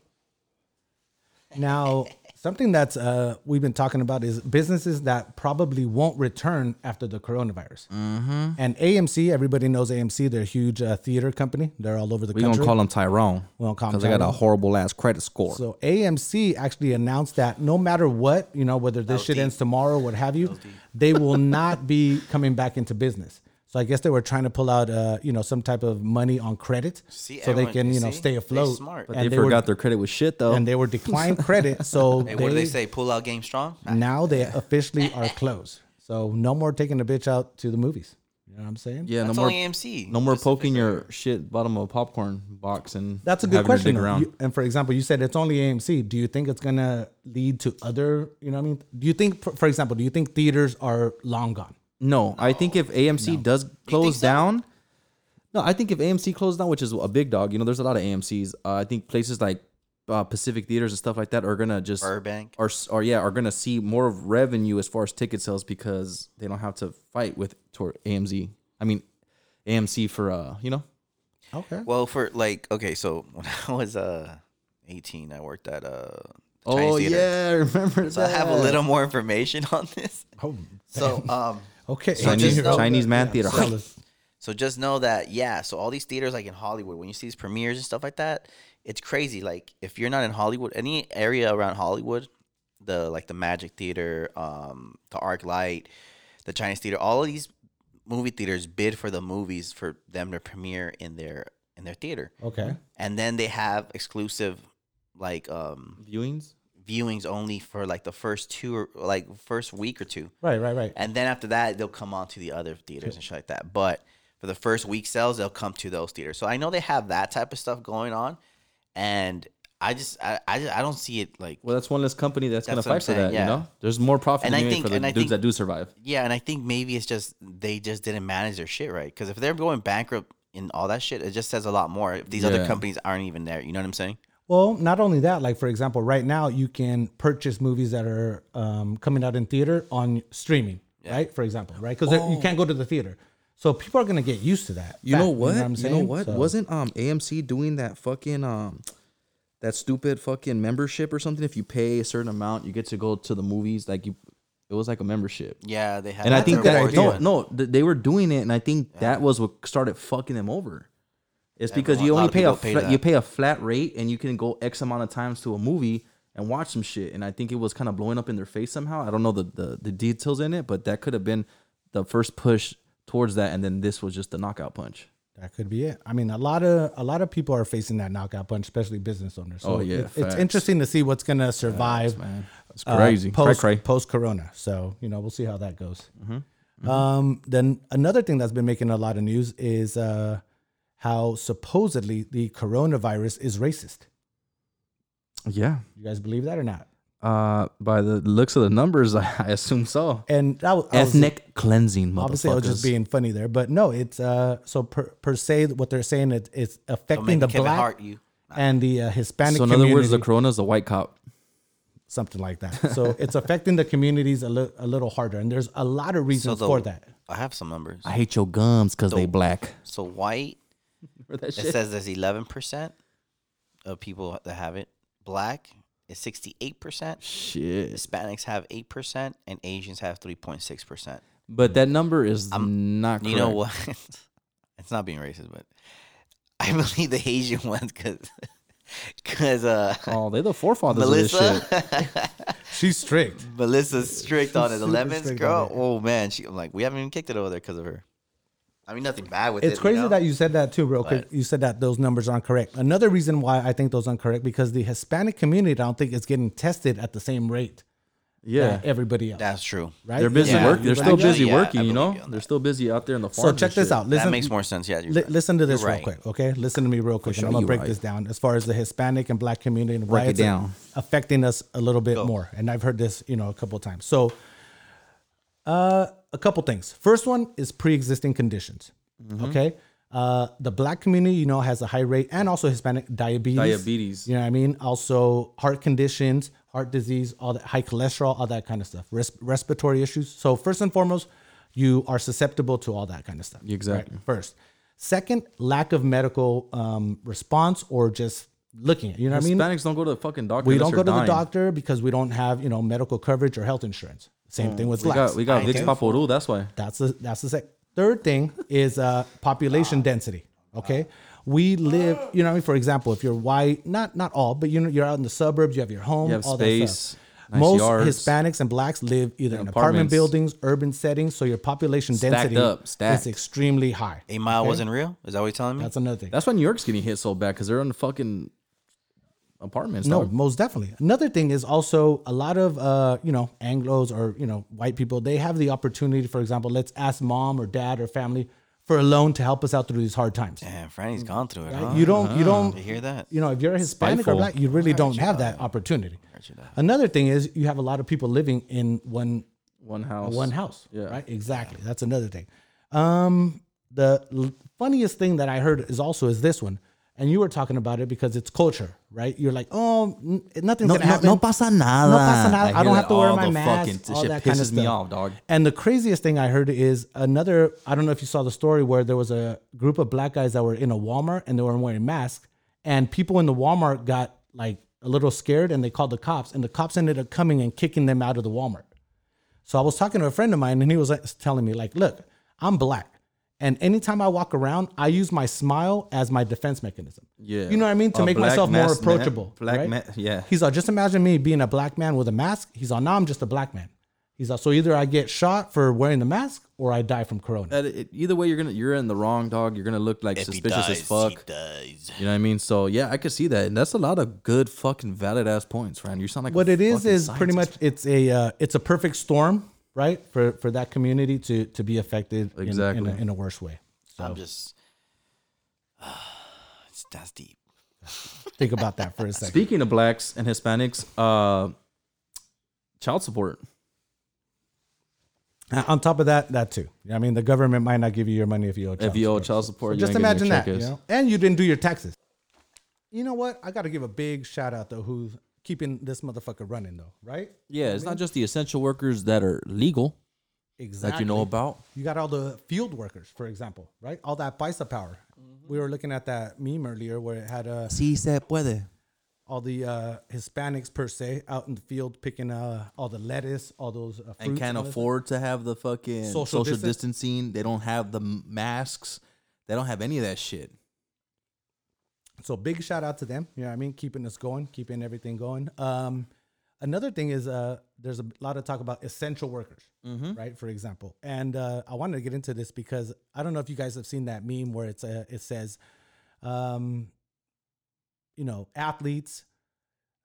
Speaker 4: now. Something that's uh, we've been talking about is businesses that probably won't return after the coronavirus.
Speaker 5: Mm-hmm.
Speaker 4: And AMC, everybody knows AMC. They're a huge uh, theater company. They're all over the
Speaker 2: we
Speaker 4: country.
Speaker 2: gonna call him Tyrone
Speaker 4: We gonna call him
Speaker 2: because I got a
Speaker 4: Tyrone.
Speaker 2: horrible ass credit score
Speaker 4: So AMC actually announced that no matter what, you know, whether this shit ends tomorrow, what have you, they will not be coming back into business. So I guess they were trying to pull out, uh, you know, some type of money on credit,
Speaker 5: See,
Speaker 4: so
Speaker 5: everyone-
Speaker 4: they can, you know,
Speaker 5: see?
Speaker 4: stay
Speaker 5: They
Speaker 4: afloat.
Speaker 5: smart. But
Speaker 2: they,
Speaker 4: And
Speaker 2: forgot
Speaker 4: were,
Speaker 2: their credit was shit though
Speaker 4: and they were declined credit. So
Speaker 5: Hey,
Speaker 4: they,
Speaker 5: what do they say? Pull out game strong.
Speaker 4: now they officially are closed. So no more taking the bitch out to the movies. You know what I'm saying?
Speaker 2: yeah no
Speaker 5: That's
Speaker 2: more
Speaker 5: only AMC.
Speaker 2: no more
Speaker 5: Just to
Speaker 2: poking
Speaker 5: figure
Speaker 2: your shit bottom of a popcorn box and
Speaker 4: That's a good
Speaker 2: having to
Speaker 4: question.
Speaker 2: dig
Speaker 4: though.
Speaker 2: around.
Speaker 4: You- and for example, you said it's only AMC. Do you think it's gonna lead to other? You know what I mean? Do you think, for, for example, do you think theaters are long gone?
Speaker 2: No, I think if AMC does close
Speaker 5: so?
Speaker 2: down, no, I think if AMC closed down, which is a big dog, you know, there's a lot of AMCs. Uh, I think places like uh, Pacific Theaters and stuff like that are gonna just
Speaker 5: Burbank.
Speaker 2: or or yeah, are gonna see more of revenue as far as ticket sales because they don't have to fight with toward AMC. I mean, AMC for uh, you know,
Speaker 4: Okay.
Speaker 5: Well, for like, okay, so when I was uh 18, I worked at a Chinese
Speaker 2: oh
Speaker 5: theater.
Speaker 2: yeah, I remember
Speaker 5: So I have a
Speaker 2: that.
Speaker 5: little more information on this.
Speaker 4: Oh,
Speaker 5: So um,
Speaker 4: okay.
Speaker 2: Chinese
Speaker 5: just know
Speaker 2: Chinese man theater.
Speaker 4: Tell us.
Speaker 5: so just know that yeah. So all these theaters like in Hollywood, when you see these premieres and stuff like that, it's crazy. Like if you're not in Hollywood, any area around Hollywood, the like the Magic Theater, um, the Arc Light, the Chinese Theater, all of these movie theaters bid for the movies for them to premiere in their in their theater,
Speaker 4: Okay.
Speaker 5: and then they have exclusive like um
Speaker 2: viewings.
Speaker 5: viewings only for like the first two or like first week or two.
Speaker 4: Right. Right. Right.
Speaker 5: And then after that, they'll come on to the other theaters and shit like that. But for the first week sales, they'll come to those theaters. So I know they have that type of stuff going on. And I just, I, I, just, I don't see it like,
Speaker 2: Well, that's one less compcompany
Speaker 5: That's
Speaker 2: that's, gonna
Speaker 5: what
Speaker 2: fight
Speaker 5: I'm
Speaker 2: for that.
Speaker 5: saying, yeah.
Speaker 2: You know, there's more profit
Speaker 5: And I
Speaker 2: to be made
Speaker 5: think-
Speaker 2: for the
Speaker 5: and I
Speaker 2: dudes
Speaker 5: think-
Speaker 2: that do survive.
Speaker 5: yeah. And I think maybe it's just, they just didn't manage their shit right. Cause if they're going bankrupt and all that shit, it just says a lot more if these other
Speaker 2: Yeah.
Speaker 5: companies aren't even there. You know what I'm saying?
Speaker 4: Well, not only that, like for example, right now you can purchase movies that are um, coming out in theater on streaming, right? For example, right? Because you can't go to the theater, so people are gonna get used to that.
Speaker 2: Oh. You know
Speaker 4: fact,
Speaker 2: what? You know,
Speaker 4: saying?
Speaker 2: what?
Speaker 4: So-
Speaker 2: Wasn't um AMC doing that fucking um that stupid fucking membership or something? If you pay a certain amount, you get to go to the movies. Like you, it was like a membership.
Speaker 5: Yeah. They have,
Speaker 2: and I think
Speaker 4: a
Speaker 2: that
Speaker 4: good
Speaker 2: no,
Speaker 4: idea.
Speaker 2: no, th- they were doing it, and I think that was what started fucking them over. It's because
Speaker 5: Everyone-
Speaker 2: you
Speaker 5: a lot
Speaker 2: only
Speaker 5: of
Speaker 2: pay a
Speaker 5: people pay
Speaker 2: flat,
Speaker 5: that.
Speaker 2: you pay a flat rate, and you can go x amount of times to a movie and watch some shit. And I think it was kind of blowing up in their face somehow. I don't know the the, the details in it, but that could have been the first push towards that, and then this was just the knockout punch.
Speaker 4: That could be it. I mean, a lot of a lot of people are facing that knockout punch, especially business owners. So
Speaker 2: Oh, yeah,
Speaker 4: it- it's
Speaker 2: facts.
Speaker 4: interesting to see what's gonna survive.
Speaker 2: man. It's
Speaker 4: uh,
Speaker 2: crazy. Cray
Speaker 4: post
Speaker 2: cray. Mm-hmm.
Speaker 4: post Corona. So you know, we'll see how that goes. Um, then another thing that's been making a lot of news is uh, how supposedly the coronavirus is racist.
Speaker 2: Yeah.
Speaker 4: You guys believe that or not?
Speaker 2: Uh, by the looks of the numbers, I, I assume so.
Speaker 4: And that was I was-
Speaker 2: Ethnic cleansing, motherfuckers.
Speaker 4: Obviously, I was just being funny there, but no, it's uh, so per, per se what they're saying it, it's affecting
Speaker 5: make
Speaker 4: the
Speaker 5: Kevin
Speaker 4: black
Speaker 5: Hart you.
Speaker 4: and the uh, Hispanic.
Speaker 2: so in other words,
Speaker 4: community.
Speaker 2: the Corona's a white cop.
Speaker 4: something like that. So it's affecting the communities a, li- a little harder, and there's a lot of
Speaker 5: So
Speaker 4: reasons
Speaker 5: the-
Speaker 4: for that.
Speaker 5: I have some numbers.
Speaker 2: I hate your gums because they black.
Speaker 5: So white It says there's eleven percent of people that have it. Black is sixty eight percent.
Speaker 2: Shit.
Speaker 5: Hispanics have eight percent, and Asians have three point six percent.
Speaker 2: But that number is not.
Speaker 5: You
Speaker 2: Correct.
Speaker 5: know what? it's not being racist, but I believe the Asian ones because because uh,
Speaker 2: Oh, they the forefathers of this shit.
Speaker 5: Melissa
Speaker 4: She's strict.
Speaker 5: Melissa's strict on it. The
Speaker 4: Super
Speaker 5: lemons,
Speaker 4: strict
Speaker 5: girl.
Speaker 4: on it.
Speaker 5: Oh man, she. I'm like, we haven't even kicked it over there because of her. I mean, nothing bad with it.
Speaker 4: It's crazy
Speaker 5: you know?
Speaker 4: that you said that too, real quick. You said that those numbers aren't correct. Another reason why I think those aren't correct because the Hispanic community, I don't think, is getting tested at the same rate
Speaker 2: Yeah.
Speaker 4: than everybody else.
Speaker 5: That's true.
Speaker 4: right?
Speaker 2: They're busy
Speaker 5: Yeah.
Speaker 2: working. They're
Speaker 5: Yeah.
Speaker 2: still busy
Speaker 5: Actually, yeah,
Speaker 2: working.
Speaker 5: I
Speaker 2: You know,
Speaker 5: believe you on
Speaker 2: they're
Speaker 5: that.
Speaker 2: still busy out there in the
Speaker 4: So
Speaker 2: farms.
Speaker 4: check
Speaker 2: and
Speaker 4: this
Speaker 2: shit.
Speaker 4: out. Listen,
Speaker 5: that makes more sense. Yeah. you're
Speaker 4: li-
Speaker 5: right.
Speaker 4: listen to this
Speaker 5: You're
Speaker 4: real
Speaker 5: right.
Speaker 4: quick, okay? Listen to me real quick.
Speaker 2: sure,
Speaker 4: and I'm gonna
Speaker 2: you
Speaker 4: break
Speaker 2: right.
Speaker 4: this down as far as the Hispanic and Black community and why
Speaker 2: Break it
Speaker 4: it's
Speaker 2: down.
Speaker 4: affecting us a little bit more. And I've heard this, you know, a couple of times. So, uh, a couple things. First one is pre-existing conditions.
Speaker 2: Mm-hmm.
Speaker 4: Okay. Uh, the Black community, you know, has a high rate, and also Hispanic diabetes.
Speaker 2: Diabetes.
Speaker 4: You know what I mean? Also heart conditions, heart disease, all that high cholesterol, all that kind of stuff. Res- respiratory issues. So first and foremost, you are susceptible to all that kind of stuff.
Speaker 2: Exactly.
Speaker 4: right? First. Second, lack of medical um, response or just looking at. You know what I mean?
Speaker 2: Hispanics don't go to the fucking doctor.
Speaker 4: We
Speaker 2: unless
Speaker 4: don't go to
Speaker 2: they're
Speaker 4: the
Speaker 2: dying.
Speaker 4: doctor because we don't have you know medical coverage or health insurance. Same thing with
Speaker 2: Mm. We
Speaker 4: blacks.
Speaker 2: got we got Vicks Paporu. That's why.
Speaker 4: That's the that's the sec- third thing is uh, population density. Okay, we live. You know, what I mean, for example, if you're white, not not all, but you know, you're out in the suburbs. You have your home.
Speaker 2: You have
Speaker 4: all That
Speaker 2: space,
Speaker 4: stuff.
Speaker 2: nice
Speaker 4: Most
Speaker 2: yards.
Speaker 4: Hispanics and blacks live either in apartment
Speaker 2: apartments.
Speaker 4: buildings, urban settings, so your population
Speaker 2: Stacked
Speaker 4: density
Speaker 2: up, stacked.
Speaker 4: is extremely high.
Speaker 5: A mile wasn't real. Is that what you're telling me?
Speaker 4: That's another thing.
Speaker 2: That's why New York's getting hit so bad because they're in the fucking apartments.
Speaker 4: No,
Speaker 2: dog.
Speaker 4: most definitely. Another thing is also a lot of uh, you know Anglo's or you know white people. They have the opportunity, for example, let's ask mom or dad or family for a loan to help us out through these hard times.
Speaker 5: Damn, Franny's gone through it. Huh?
Speaker 4: Mm, You don't, you don't
Speaker 5: You hear that?
Speaker 4: You know, if you're a Hispanic
Speaker 2: Spiteful.
Speaker 4: or black, you really don't have that opportunity. Another thing is you have a lot of people living in one
Speaker 2: one house.
Speaker 4: one house.
Speaker 2: Yeah.
Speaker 4: Right. Exactly. That's another thing. Um, the l- funniest thing that I heard is also is this one, and you were talking about it because it's culture, right? You're like, oh, n- nothing's gonna happen. No pasa nada. I,
Speaker 2: hear
Speaker 4: don't
Speaker 2: that
Speaker 4: have to wear
Speaker 2: all
Speaker 4: my
Speaker 2: the
Speaker 4: mask.
Speaker 2: fucking-
Speaker 4: all
Speaker 2: shit
Speaker 4: that
Speaker 2: pisses
Speaker 4: kind of
Speaker 2: me
Speaker 4: stuff.
Speaker 2: off, dog.
Speaker 4: And the craziest thing I heard is another. I don't know if you saw the story where there was a group of black guys that were in a Walmart and they were wearing masks, and people in the Walmart got like a little scared and they called the cops, and the cops ended up coming and kicking them out of the Walmart. So I was talking to a friend of mine, and he was like, telling me like, "Look, I'm black." And anytime I walk around, I use my smile as my defense mechanism.
Speaker 2: Yeah.
Speaker 4: You know what I mean? To
Speaker 2: A
Speaker 4: make
Speaker 2: black
Speaker 4: myself more
Speaker 2: masked man-
Speaker 4: approachable.
Speaker 2: black
Speaker 4: right?
Speaker 2: man- yeah.
Speaker 4: He's all, just imagine me being a black man with a mask. He's all, now I'm just a black man. He's all, so either I get shot for wearing the mask or I die from corona.
Speaker 2: That- it- either way, you're gonna you're in the wrong, dog. You're gonna look like
Speaker 5: If he
Speaker 2: suspicious as
Speaker 5: dies,
Speaker 2: fuck.
Speaker 5: He dies.
Speaker 2: You know what I mean? So yeah, I could see that, and that's a lot of good fucking valid ass points, Ryan. You sound like a
Speaker 4: what it is
Speaker 2: fucking
Speaker 4: is pretty much it's
Speaker 2: scientist.
Speaker 4: a uh, it's a perfect storm, right? For for that community to to be affected in- in,
Speaker 2: Exactly.
Speaker 4: a, in a worse way.
Speaker 5: I'm just. it's, that's deep.
Speaker 4: Think about that for a second.
Speaker 2: Speaking of blacks and Hispanics, uh, child support.
Speaker 4: Uh, On top of that, that too. You know what I mean, the government might not give you your money if you owe child
Speaker 2: if you owe
Speaker 4: support.
Speaker 2: child support,
Speaker 4: So
Speaker 2: you
Speaker 4: just
Speaker 2: ain't
Speaker 4: imagine
Speaker 2: getting your
Speaker 4: that.
Speaker 2: check
Speaker 4: You
Speaker 2: is.
Speaker 4: know? And you didn't do your taxes. You know what? I got to give a big shout out to who's keeping this motherfucker running though, right?
Speaker 2: Yeah, it's not just the essential workers that are legal
Speaker 4: Exactly.
Speaker 2: that you know about.
Speaker 4: You got all the field workers, for example, right? All that paisa power. We were looking at that meme earlier where it had uh,
Speaker 2: Sí se puede.
Speaker 4: all the uh, Hispanics per se out in the field picking uh, all the lettuce, all those uh, fruits
Speaker 2: and can't
Speaker 4: all that
Speaker 2: afford to have the fucking social,
Speaker 4: Social distance.
Speaker 2: distancing. They don't have the m- masks. They don't have any of that shit.
Speaker 4: So big shout out to them. You know what I mean? Keeping us going, keeping everything going. Um, another thing is uh, there's a lot of talk about essential workers, right? For example, and uh, I wanted to get into this because I don't know if you guys have seen that meme where it's uh, it says, um, you know, athletes,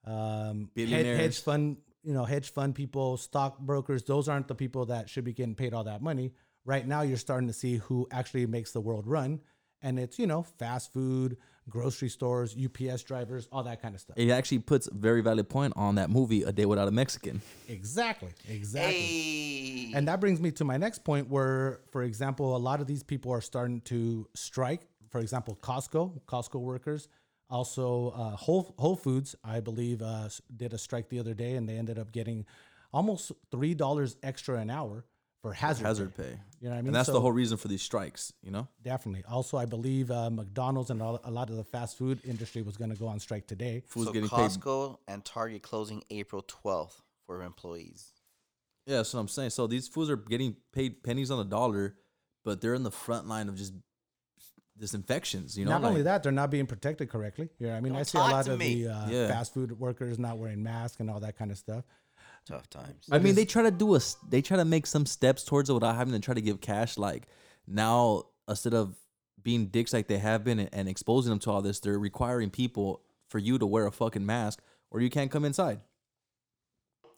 Speaker 4: um, he-
Speaker 2: Billionaires.
Speaker 4: hedge fund, you know, hedge fund people, stockbrokers. Those aren't the people that should be getting paid all that money. Right now, you're starting to see who actually makes the world run, and it's you know, fast food, grocery stores, UPS drivers, all that kind of stuff.
Speaker 2: It actually puts a very valid point on that movie, A Day Without a Mexican.
Speaker 4: Exactly. Exactly. And that brings me to my next point where, for example, a lot of these people are starting to strike. For example, Costco, Costco workers, also uh, Whole, Whole Foods, I believe, uh, s- did a strike the other day and they ended up getting almost $3 extra an hour for hazard,
Speaker 2: Hazard pay.
Speaker 4: You know what I mean?
Speaker 2: And that's the
Speaker 4: So-
Speaker 2: whole reason for these strikes, you know?
Speaker 4: Definitely. Also, I believe uh, McDonald's and all, a lot of the fast food industry was going to go on strike today.
Speaker 2: Food's
Speaker 5: so
Speaker 2: getting paid.
Speaker 5: Costco and Target closing April 12th for employees.
Speaker 2: Yeah, that's what I'm saying. So these fools are getting paid pennies on the dollar, but they're in the front line of just disinfections, you know?
Speaker 4: not only
Speaker 2: like-
Speaker 4: that, they're not being protected correctly. You know, what I mean, I see a
Speaker 5: talk
Speaker 4: lot
Speaker 5: to
Speaker 4: of
Speaker 5: me.
Speaker 4: the uh,
Speaker 2: Yeah.
Speaker 4: fast food workers not wearing masks and all that kind of stuff.
Speaker 5: Tough times.
Speaker 2: I mean, they try to do a, s- they try to make some steps towards it without having to try to give cash. Like now, instead of being dicks like they have been and, and exposing them to all this, they're requiring people for you to wear a fucking mask or you can't come inside.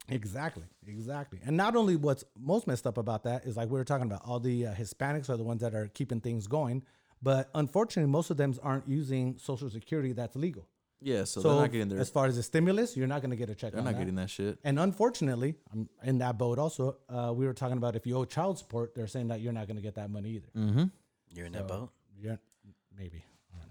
Speaker 4: Exactly, exactly. And not only what's most messed up about that is like we were talking about, all the uh, Hispanics are the ones that are keeping things going, but unfortunately, most of them aren't using Social Security that's legal.
Speaker 2: Yeah, so,
Speaker 4: So
Speaker 2: they're not getting their
Speaker 4: as far as the stimulus, you're not going to get a check.
Speaker 2: they're
Speaker 4: on
Speaker 2: not getting that shit.
Speaker 4: And unfortunately, I'm in that boat also. Uh, we were talking about if you owe child support, they're saying that you're not going to get that money either.
Speaker 2: Mm.
Speaker 5: You're in that boat.
Speaker 4: You're, maybe.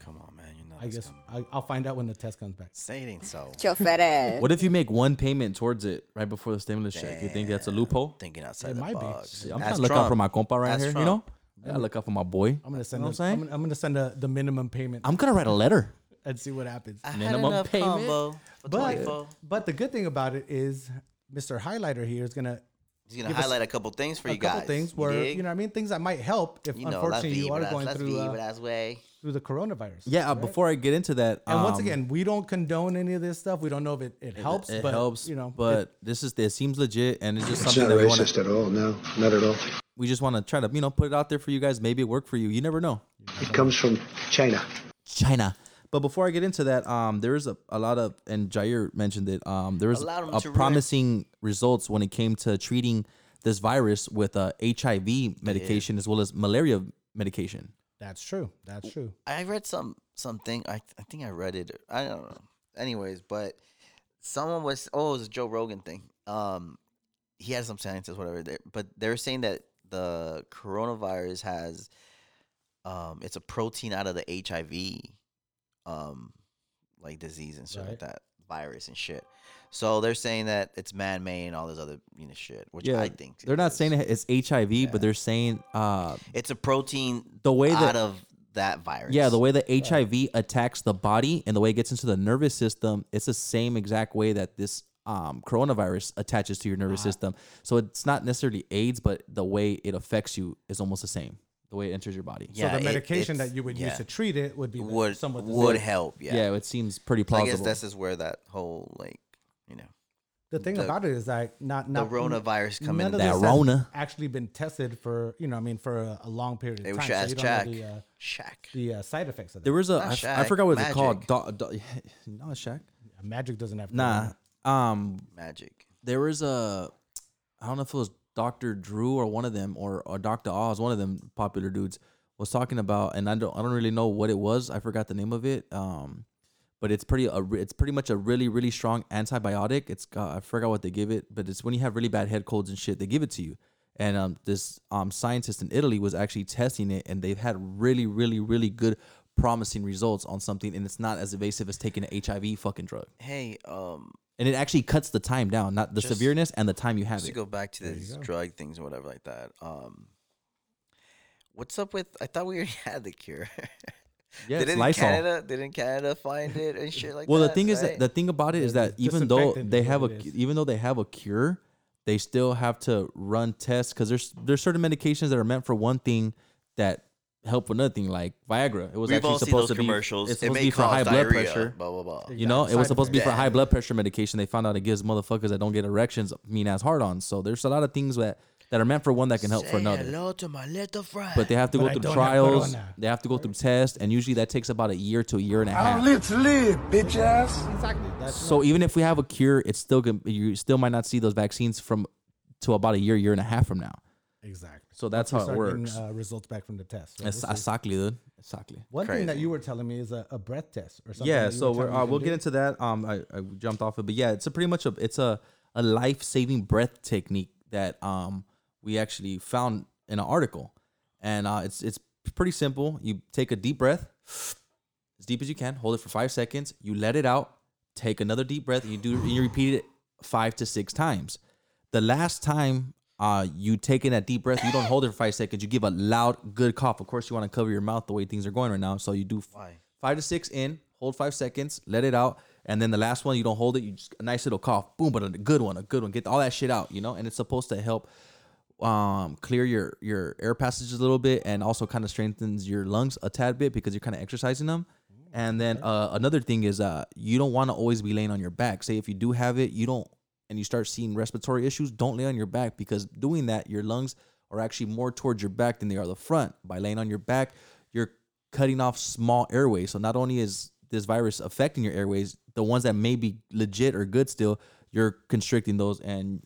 Speaker 5: Come on, man. You know.
Speaker 4: I guess I, I'll find out when the test comes back.
Speaker 5: Say it ain't so.
Speaker 6: Your fat ass.
Speaker 2: What if you make one payment towards it right before the stimulus check? You think that's a loophole?
Speaker 5: Thinking outside
Speaker 4: It
Speaker 5: the
Speaker 4: might be.
Speaker 5: box.
Speaker 2: I'm trying
Speaker 5: Ask
Speaker 2: to look out
Speaker 5: Trump.
Speaker 2: for my compa right
Speaker 5: Ask
Speaker 2: here. You know,
Speaker 5: Trump.
Speaker 2: I look out for my boy.
Speaker 4: I'm going to send.
Speaker 2: You
Speaker 4: them-
Speaker 2: know what I'm
Speaker 4: I'm,
Speaker 2: saying?
Speaker 4: gonna- I'm going to send a, the minimum payment
Speaker 2: I'm gonna write a letter.
Speaker 4: and see what happens.
Speaker 5: I had
Speaker 2: minimum
Speaker 5: enough
Speaker 2: payment.
Speaker 5: combo for
Speaker 4: But
Speaker 5: 24.
Speaker 4: but the good thing about it is Mr. Highlighter here is going to
Speaker 5: He's gonna highlight a couple things for
Speaker 4: a
Speaker 5: you guys.
Speaker 4: couple things where
Speaker 5: dig?
Speaker 4: you know what I mean things that might help if
Speaker 5: You know, let's
Speaker 4: unfortunately
Speaker 5: be
Speaker 4: you are
Speaker 5: with us,
Speaker 4: going
Speaker 5: let's
Speaker 4: through
Speaker 5: be
Speaker 4: uh,
Speaker 5: with us way.
Speaker 4: through the coronavirus.
Speaker 2: Yeah. uh, Before I get into that,
Speaker 4: And once
Speaker 2: um,
Speaker 4: again, we don't condone any of this stuff. We don't know if it, it helps,
Speaker 2: it
Speaker 4: but
Speaker 2: helps.
Speaker 4: you know,
Speaker 2: but this is it seems legit, and it's just
Speaker 8: It's
Speaker 2: something
Speaker 8: not
Speaker 2: that we want
Speaker 8: racist
Speaker 2: to.
Speaker 8: at all. No, not at all.
Speaker 2: We just want to try to you know put it out there for you guys. Maybe it work for you. You never know.
Speaker 8: It comes from China.
Speaker 2: China. But before I get into that, um, there is a, a lot of, and Jair mentioned it. Um, there is
Speaker 5: Allowed 'em
Speaker 2: a
Speaker 5: to ruin-
Speaker 2: promising results when it came to treating this virus with uh, HIV medication as well as malaria medication.
Speaker 4: that's true. That's true.
Speaker 5: I read some something. I I think I read it. I don't know. Anyways, but someone was oh, it was a Joe Rogan thing. Um, he had some scientists, whatever. There, but they were saying that the coronavirus has, um, it's a protein out of the HIV, um, like disease and shit like
Speaker 4: Right.
Speaker 5: that, virus and shit. So they're saying that it's man made and all this other you know shit, which I think
Speaker 2: they're not
Speaker 5: is-
Speaker 2: saying it's HIV, but they're saying uh,
Speaker 5: it's a protein
Speaker 2: The way
Speaker 5: out
Speaker 2: that-
Speaker 5: of that virus.
Speaker 2: Yeah, the way that HIV attacks the body and the way it gets into the nervous system, it's the same exact way that this um, coronavirus attaches to your nervous
Speaker 5: Uh-huh.
Speaker 2: system. So it's not necessarily AIDS, but the way it affects you is almost the same. The way it enters your body.
Speaker 5: Yeah,
Speaker 4: so
Speaker 5: it-
Speaker 4: the medication
Speaker 5: it's-
Speaker 4: that you would
Speaker 5: yeah.
Speaker 4: use to treat it would be the-
Speaker 5: would
Speaker 4: somewhat the
Speaker 5: would
Speaker 4: same.
Speaker 5: help. Yeah,
Speaker 2: Yeah, it seems pretty
Speaker 5: So I
Speaker 2: plausible.
Speaker 5: guess this is where that whole like you know
Speaker 4: The thing
Speaker 5: the-
Speaker 4: about it is like not
Speaker 5: the
Speaker 4: not
Speaker 5: coronavirus
Speaker 4: None
Speaker 5: coming.
Speaker 4: of
Speaker 2: That
Speaker 4: this has
Speaker 2: Rona.
Speaker 4: actually been tested for you know I mean for a, a long period of
Speaker 5: Hey,
Speaker 4: time.
Speaker 5: we should
Speaker 4: so
Speaker 5: ask
Speaker 4: you don't know
Speaker 5: Jack.
Speaker 4: the uh,
Speaker 5: Shack.
Speaker 4: the uh, side effects of that.
Speaker 2: there was a I
Speaker 5: Not
Speaker 2: f- I
Speaker 5: Shaq,
Speaker 2: forgot what
Speaker 5: Magic.
Speaker 2: it's called. Do, do, not Shaq.
Speaker 4: Magic doesn't have
Speaker 5: Uh-huh.
Speaker 2: Nah. Um,
Speaker 5: Magic.
Speaker 2: there was a I don't know if it was Dr. Drew or one of them or, or Dr. Oz, one of them popular dudes was talking about and I don't I don't really know what it was. I forgot the name of it. Um but it's pretty a, re- it's pretty much a really really strong antibiotic. It's got, I forgot what they give it, but it's when you have really bad head colds and shit, they give it to you. And um this um scientist in Italy was actually testing it and they've had really really really good promising results on something and it's not as invasive as taking an HIV fucking drug
Speaker 5: Hey, um,
Speaker 2: and it actually cuts the time down, not the severeness and the time you have
Speaker 5: just to
Speaker 2: it.
Speaker 5: go back to these drug things or whatever like that. Um, what's up with? I thought we already had the cure.
Speaker 2: Yeah, it's
Speaker 5: didn't
Speaker 2: Lysol.
Speaker 5: Canada didn't Canada find it and shit like
Speaker 2: well,
Speaker 5: that?
Speaker 2: the thing is that
Speaker 5: right?
Speaker 2: the thing about it is that even though
Speaker 4: disinfectant
Speaker 2: they
Speaker 4: is
Speaker 2: have
Speaker 4: what
Speaker 2: a
Speaker 4: it is.
Speaker 2: even though they have a cure, they still have to run tests because there's there's certain medications that are meant for one thing that help for another thing, like Viagra. It was
Speaker 5: we've
Speaker 2: actually
Speaker 5: all seen those
Speaker 2: supposed to be
Speaker 5: commercials.
Speaker 2: It's
Speaker 5: it
Speaker 2: supposed
Speaker 5: may
Speaker 2: to be for
Speaker 5: cause
Speaker 2: high
Speaker 5: diarrhea,
Speaker 2: blood pressure.
Speaker 5: Blah blah blah.
Speaker 2: You know, it
Speaker 4: Side
Speaker 2: was supposed to be for
Speaker 5: effects.
Speaker 2: high blood pressure medication. They found out it gives motherfuckers that don't get erections mean ass hard on. So there's a lot of things that, that are meant for one that can help for
Speaker 5: Say
Speaker 2: another.
Speaker 5: hello to my little friend.
Speaker 2: but they have to
Speaker 4: But
Speaker 2: go
Speaker 4: I
Speaker 2: through
Speaker 4: don't have
Speaker 2: trials.
Speaker 4: corona.
Speaker 2: They have to go through tests, and usually that takes about a year to a year and a
Speaker 7: I'm
Speaker 2: half.
Speaker 7: literally bitch ass.
Speaker 4: exactly. That's
Speaker 2: So even if we have a cure, it's still gonna you still might not see those vaccines from to about a year, year and a half from now.
Speaker 4: exactly.
Speaker 2: So that's
Speaker 4: You
Speaker 2: how it
Speaker 4: start getting,
Speaker 2: works.
Speaker 4: uh, results back from the test. right?
Speaker 2: It's- Exactly, dude. Exactly.
Speaker 4: One thing that you were telling me is a, a breath test or something.
Speaker 2: Yeah,
Speaker 4: that you
Speaker 2: so
Speaker 4: were
Speaker 2: we're,
Speaker 4: telling me
Speaker 2: uh,
Speaker 4: you
Speaker 2: we'll
Speaker 4: can
Speaker 2: get
Speaker 4: do.
Speaker 2: into that. Um, I, I jumped off it, but yeah, it's a pretty much a it's a a life saving breath technique that um we actually found in an article, and uh, it's it's pretty simple. You take a deep breath, as deep as you can, hold it for five seconds. You let it out, take another deep breath, and you do and you repeat it five to six times. The last time uh you take in that deep breath, you don't hold it for five seconds. You give a loud, good cough. Of course, you want to cover your mouth the way things are going right now, so you do
Speaker 5: Why?
Speaker 2: five to six in, hold five seconds, let it out, and then the last one you don't hold it. You just a nice little cough, boom, but a good one, a good one. Get all that shit out, you know. And it's supposed to help um clear your your air passages a little bit and also kind of strengthens your lungs a tad bit because you're kind of exercising them and then uh, another thing is uh you don't want to always be laying on your back say if you do have it you don't and you start seeing respiratory issues don't lay on your back because doing that your lungs are actually more towards your back than they are the front by laying on your back you're cutting off small airways so not only is this virus affecting your airways the ones that may be legit or good still you're constricting those, and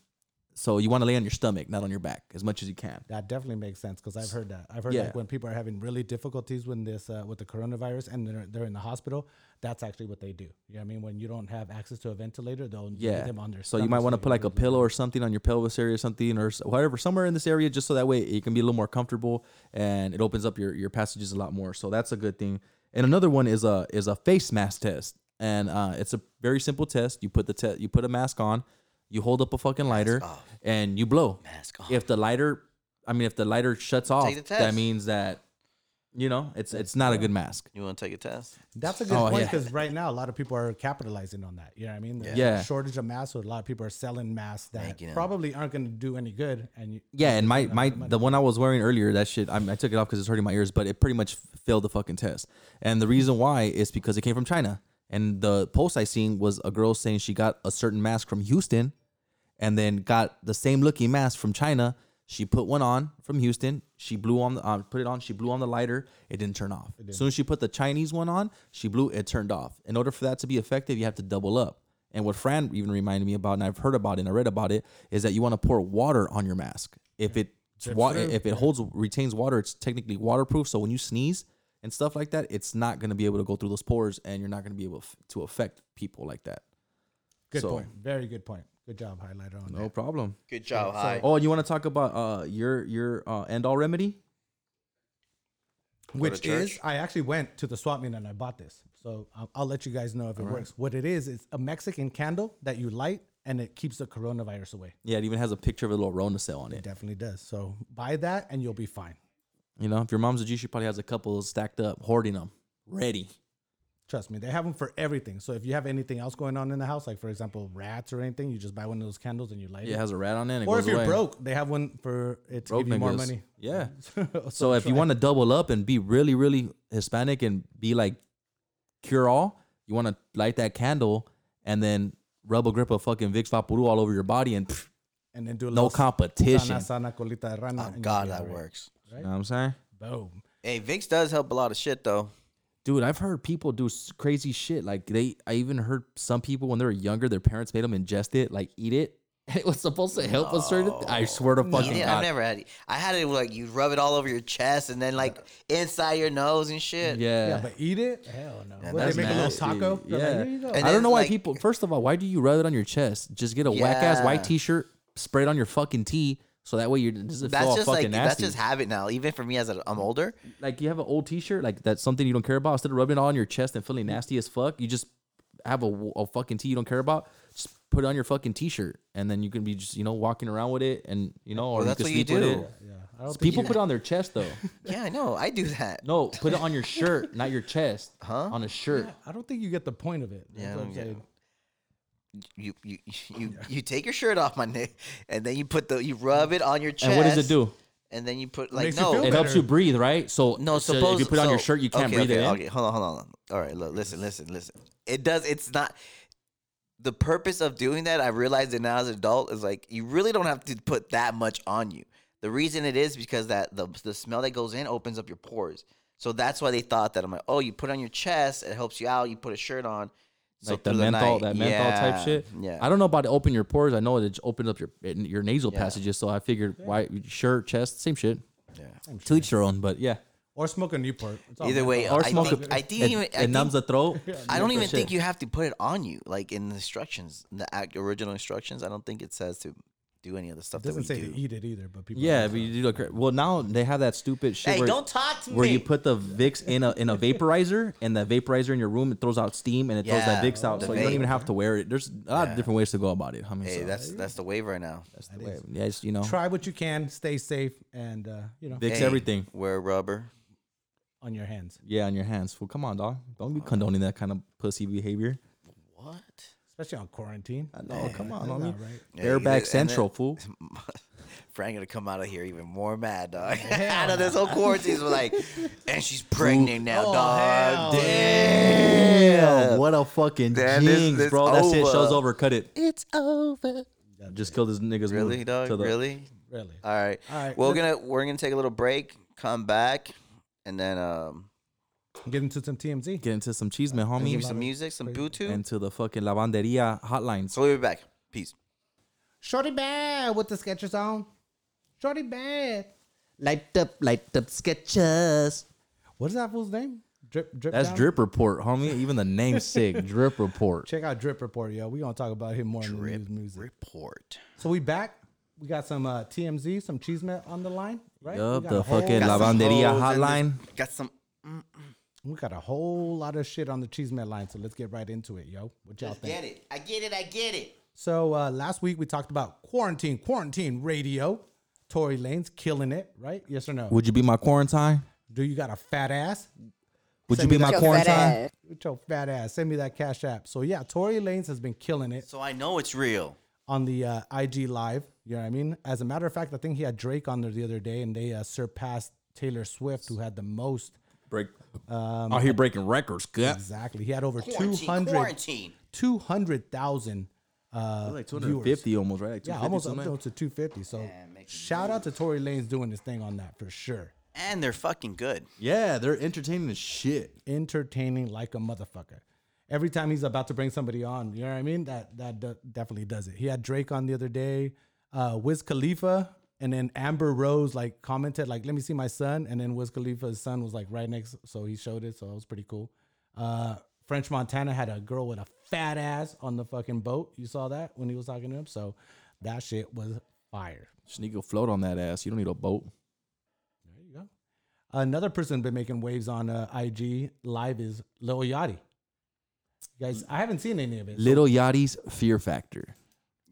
Speaker 2: so you want to lay on your stomach, not on your back, as much as you can.
Speaker 4: That definitely makes sense because I've heard that. I've heard
Speaker 2: Yeah.
Speaker 4: like when people are having really difficulties with this uh, with the coronavirus and they're, they're in the hospital, that's actually what they do. You know what I mean? When you don't have access to a ventilator, they'll lay
Speaker 2: Yeah.
Speaker 4: them on their
Speaker 2: so you might
Speaker 4: stomachs
Speaker 2: want to
Speaker 4: they
Speaker 2: put
Speaker 4: can
Speaker 2: like a
Speaker 4: really-
Speaker 2: pillow or something on your pelvis area or something or s- whatever, somewhere in this area, just so that way it can be a little more comfortable and it opens up your, your passages a lot more. So that's a good thing. And another one is a is a face mask test, and uh, it's a very simple test. You put the te- you put a mask on, you hold up a fucking lighter, and you blow.
Speaker 5: Mask off.
Speaker 2: If the lighter, I mean, if the lighter shuts off,
Speaker 5: the
Speaker 2: that
Speaker 5: test.
Speaker 2: means that you know it's it's not a good mask.
Speaker 5: You want to take a test?
Speaker 4: That's a good
Speaker 2: Oh,
Speaker 4: point
Speaker 2: yeah.
Speaker 4: because right now a lot of people are capitalizing on that. You know what I mean? There's
Speaker 2: Yeah.
Speaker 4: a shortage of masks, so a lot of people are selling masks that
Speaker 5: Making them.
Speaker 4: probably aren't going to do any good. And you,
Speaker 2: Yeah, and my my the one I was wearing earlier, that shit, I, I took it off because it's hurting my ears, but it pretty much failed the fucking test. And the reason why is because it came from China. And the post I seen was a girl saying she got a certain mask from Houston, and then got the same looking mask from China. She put one on from Houston. She blew on the um, put it on. She blew on the lighter. It didn't turn off. As soon as she put the Chinese one on, she blew. It turned off. In order for that to be effective, you have to double up. And what Fran even reminded me about, and I've heard about it and I read about it, is that you want to pour water on your mask. If it wa- if it holds retains water, it's technically waterproof. So when you sneeze and stuff like that, it's not going to be able to go through those pores, and you're not going to be able f- to affect people like that.
Speaker 4: good
Speaker 2: so-
Speaker 4: point. Very good point. Good job, highlighter on
Speaker 2: No problem.
Speaker 5: Good job. Hi.
Speaker 2: Oh, you want to talk about uh your your uh, end all remedy?
Speaker 4: that. Which
Speaker 5: church?
Speaker 4: is, I actually went to the swap meet and I bought this. So I'll, I'll let you guys know if it works. What it is, it's a Mexican candle that you light and it keeps the coronavirus away.
Speaker 2: Yeah, it even has a picture of a little Rona cell on
Speaker 4: It
Speaker 2: it.
Speaker 4: definitely does. So buy that and you'll be fine.
Speaker 2: You know, if your mom's a G, she probably has a couple stacked up, hoarding them, ready.
Speaker 4: Trust me, they have them for everything. So if you have anything else going on in the house, like for example, rats or anything, you just buy one of those candles and you light
Speaker 2: Yeah,
Speaker 4: it.
Speaker 2: it has a rat on it. And it
Speaker 4: Or
Speaker 2: goes
Speaker 4: if you're
Speaker 2: away.
Speaker 4: broke, they have one for it to
Speaker 2: Broke
Speaker 4: give you more
Speaker 2: niggas.
Speaker 4: money.
Speaker 2: Yeah. so if you want to double up and be really, really Hispanic and be like cure all, you want to light that candle and then rub a grip of fucking Vicks Vaporub all over your body and pff,
Speaker 4: And then do a
Speaker 2: no
Speaker 4: little
Speaker 2: competition.
Speaker 4: sana, sana, colita de rana,
Speaker 5: Oh
Speaker 4: and you'll
Speaker 5: God,
Speaker 4: be
Speaker 5: that
Speaker 4: alright.
Speaker 5: works.
Speaker 2: You know what I'm saying?
Speaker 4: Boom.
Speaker 5: Hey, Vicks does help a lot of shit though.
Speaker 2: Dude, I've heard people do s- crazy shit. Like they, I even heard some people when they were younger, their parents made them ingest it, like eat it. It was supposed to help a certain. I swear to fucking
Speaker 5: Yeah,
Speaker 2: god.
Speaker 5: I've never had it. I had it like you rub it all over your chest and then like inside your nose and shit.
Speaker 2: yeah.
Speaker 4: Yeah, but eat it? Hell no. What,
Speaker 5: that's
Speaker 4: they make
Speaker 5: nasty.
Speaker 4: a little taco? They're like,
Speaker 2: Yeah.
Speaker 4: "Here you go."
Speaker 5: And
Speaker 2: I don't
Speaker 5: it's
Speaker 2: know why
Speaker 5: like-
Speaker 2: people. First of all, why do you rub it on your chest? Just get a whack ass
Speaker 5: Yeah.
Speaker 2: white t shirt, spread on your fucking tee, so that way you doesn't feel
Speaker 5: That's
Speaker 2: all
Speaker 5: just
Speaker 2: fucking
Speaker 5: like that's
Speaker 2: nasty.
Speaker 5: just habit now. Even for me, as a, I'm older,
Speaker 2: like you have an old t shirt, like that's something you don't care about. Instead of rubbing it all on your chest and feeling nasty as fuck, you just have a, w- a fucking tee you don't care about. Just put it on your fucking t shirt, and then you can be just you know walking around with it, and you know, or
Speaker 5: Well, that's
Speaker 2: you
Speaker 5: what
Speaker 2: can
Speaker 5: you
Speaker 2: sleep with
Speaker 5: do.
Speaker 2: it.
Speaker 4: Yeah, I don't think
Speaker 2: People put it on their chest though.
Speaker 5: yeah, I know, I do that.
Speaker 2: No, put it on your shirt, not your chest. Huh? On a shirt.
Speaker 4: I don't think you get the point of it. That's
Speaker 5: Yeah, I
Speaker 4: what
Speaker 5: don't
Speaker 4: I'm
Speaker 5: get
Speaker 4: saying.
Speaker 5: You you you you take your shirt off, my nigga, and then you put the you rub it on your chest.
Speaker 2: And what does it do?
Speaker 5: And then you put like
Speaker 4: makes you
Speaker 5: no,
Speaker 4: feel
Speaker 2: It
Speaker 5: it-
Speaker 2: helps you breathe, right? So
Speaker 5: no.
Speaker 2: so
Speaker 5: Suppose
Speaker 2: if you put it on your
Speaker 5: so-
Speaker 2: shirt, you can't
Speaker 5: okay,
Speaker 2: breathe
Speaker 5: okay,
Speaker 2: it in.
Speaker 5: Okay, hold on, hold on, hold on. All right, look, listen, listen, listen. It does. It's not the purpose of doing that. I realized it now as an adult is like you really don't have to put that much on you. The reason it is because that the the smell that goes in opens up your pores. So that's why they thought that I'm like, oh, you put it on your chest, it helps you out. You put a shirt on, so
Speaker 2: like the
Speaker 5: through the
Speaker 2: menthol,
Speaker 5: night-
Speaker 2: that menthol
Speaker 5: yeah,
Speaker 2: type shit.
Speaker 5: Yeah,
Speaker 2: I don't know about open your pores. I know it opens up your it- your nasal
Speaker 5: Yeah.
Speaker 2: passages. So I figured why shirt, chest, same shit. Yeah. To each their own, but yeah.
Speaker 4: Or smoke a Newport. It's all
Speaker 5: Either
Speaker 4: bad.
Speaker 5: way,
Speaker 2: Or
Speaker 5: I,
Speaker 2: smoke
Speaker 5: think,
Speaker 2: a-
Speaker 5: I didn't even.
Speaker 2: It,
Speaker 5: I,
Speaker 2: it numbs the
Speaker 5: think,
Speaker 2: throat.
Speaker 5: I don't even
Speaker 2: Shit.
Speaker 5: think you have to put it on you. Like in the instructions, the act, original instructions, I don't think it says to do any of the stuff
Speaker 4: It doesn't
Speaker 5: that
Speaker 4: say
Speaker 5: we do.
Speaker 4: to eat it either, but people.
Speaker 2: Yeah, but you do look. cra- Well, now they have that stupid shit.
Speaker 5: Hey,
Speaker 2: where,
Speaker 5: don't talk to
Speaker 2: Where you
Speaker 5: me.
Speaker 2: put the Vicks in a in a vaporizer, and that vaporizer in your room, it throws out steam, and it throws that
Speaker 5: Yeah,
Speaker 2: Vicks out,
Speaker 5: the
Speaker 2: so you don't
Speaker 5: vape.
Speaker 2: even have to wear it. There's a lot of different ways to go about it. I mean,
Speaker 5: Hey,
Speaker 2: so
Speaker 5: that's that's the wave right now.
Speaker 2: that's the way. Yeah, it's, you know,
Speaker 4: try what you can, stay safe, and uh, you know,
Speaker 2: Vicks
Speaker 5: Hey,
Speaker 2: everything.
Speaker 5: Wear rubber.
Speaker 4: on your hands,
Speaker 2: Yeah, on your hands. Well, come on, dog. Don't be condoning that kind of pussy behavior.
Speaker 5: What?
Speaker 4: especially on quarantine.
Speaker 2: No, come on,
Speaker 4: All
Speaker 2: homie.
Speaker 4: right.
Speaker 5: Yeah, you did-
Speaker 2: Airbag
Speaker 5: and
Speaker 2: Central,
Speaker 5: then-
Speaker 2: fool.
Speaker 5: Frank gonna come out of here even more mad, dog. out of this whole quarantine, was like, and she's pregnant now, dog.
Speaker 2: Damn, what a fucking
Speaker 5: Damn, this-
Speaker 2: jinx,
Speaker 5: this
Speaker 2: bro. That shit
Speaker 5: over.
Speaker 2: show's over. Cut it. It's over. Just killed this nigga's
Speaker 5: Really,
Speaker 2: mood
Speaker 5: dog?
Speaker 2: to the-
Speaker 5: really?
Speaker 4: Really?
Speaker 5: All right.
Speaker 4: All right,
Speaker 5: We're
Speaker 4: let's-
Speaker 5: gonna we're gonna take a little break, come back, and then um
Speaker 4: Get into some TMZ.
Speaker 2: Get into some cheese, man,
Speaker 5: give you
Speaker 2: homie.
Speaker 5: some music, some Bluetooth.
Speaker 2: And to the fucking lavanderia hotlines.
Speaker 5: So we'll be back. Peace.
Speaker 4: Shorty bad with the sketches on. Shorty bad.
Speaker 2: Light up, light up sketches.
Speaker 4: What is that fool's name? Drip, drip.
Speaker 2: That's
Speaker 4: down?
Speaker 2: Drip Report, homie. Even the name's sick. Drip Report.
Speaker 4: Check out Drip Report, yo. We gonna talk about him more in the news music.
Speaker 5: Report.
Speaker 4: So we back. We got some uh, TMZ, some cheese met on the line, right? we
Speaker 2: Yup,
Speaker 4: got
Speaker 2: the
Speaker 4: a whole-
Speaker 2: fucking
Speaker 5: Got some
Speaker 2: Lavanderia
Speaker 5: hoes in
Speaker 2: Hotline.
Speaker 5: this- Got some.
Speaker 4: We got a whole lot of shit on the cheese met line, so let's get right into it, yo. What y'all think?
Speaker 5: it. I get it. I get it.
Speaker 4: So uh, last week we talked about quarantine, quarantine radio. Tory Lane's killing it, right? Yes or no?
Speaker 2: Would you be my quarantine?
Speaker 4: Do you got a fat ass?
Speaker 2: Would
Speaker 4: Send me
Speaker 2: you be my
Speaker 4: that-
Speaker 6: Your fat
Speaker 2: quarantine?
Speaker 6: ass.
Speaker 4: With your fat ass, send me that cash app. So yeah, Tory Lanez has been killing it
Speaker 5: So I know it's real.
Speaker 4: on the uh, IG live. You know what I mean? As a matter of fact, I think he had Drake on there the other day, and they uh, surpassed Taylor Swift, who had the most.
Speaker 2: Break. Um, Out here breaking records. Good.
Speaker 4: Exactly, he had over
Speaker 5: Quarantine.
Speaker 4: 200
Speaker 5: Quarantine.
Speaker 4: 200,000 uh,
Speaker 2: Like
Speaker 4: viewers.
Speaker 2: 250 almost, right? Like
Speaker 4: Yeah,
Speaker 2: 250
Speaker 4: almost up to
Speaker 2: something.
Speaker 4: 250. So
Speaker 5: make it
Speaker 4: shout out to Tory Lanez doing his thing on that for sure.
Speaker 5: And they're fucking good.
Speaker 2: Yeah, they're entertaining as shit.
Speaker 4: entertaining like a motherfucker. Every time he's about to bring somebody on, you know what I mean? That that de- definitely does it. He had Drake on the other day, uh, Wiz Khalifa, and then Amber Rose like commented like, "Let me see my son," and then Wiz Khalifa's son was like right next, so he showed it, so that was pretty cool. Uh, French Montana had a girl with a fat ass on the fucking boat. You saw that when he was talking to him, so that shit was fire.
Speaker 2: Sneak a float on that ass. You don't need a boat.
Speaker 4: There you go. Another person been making waves on uh, IG live is Lil Yachty. You guys, I haven't seen any of it. so-
Speaker 2: Little Yachty's Fear Factor.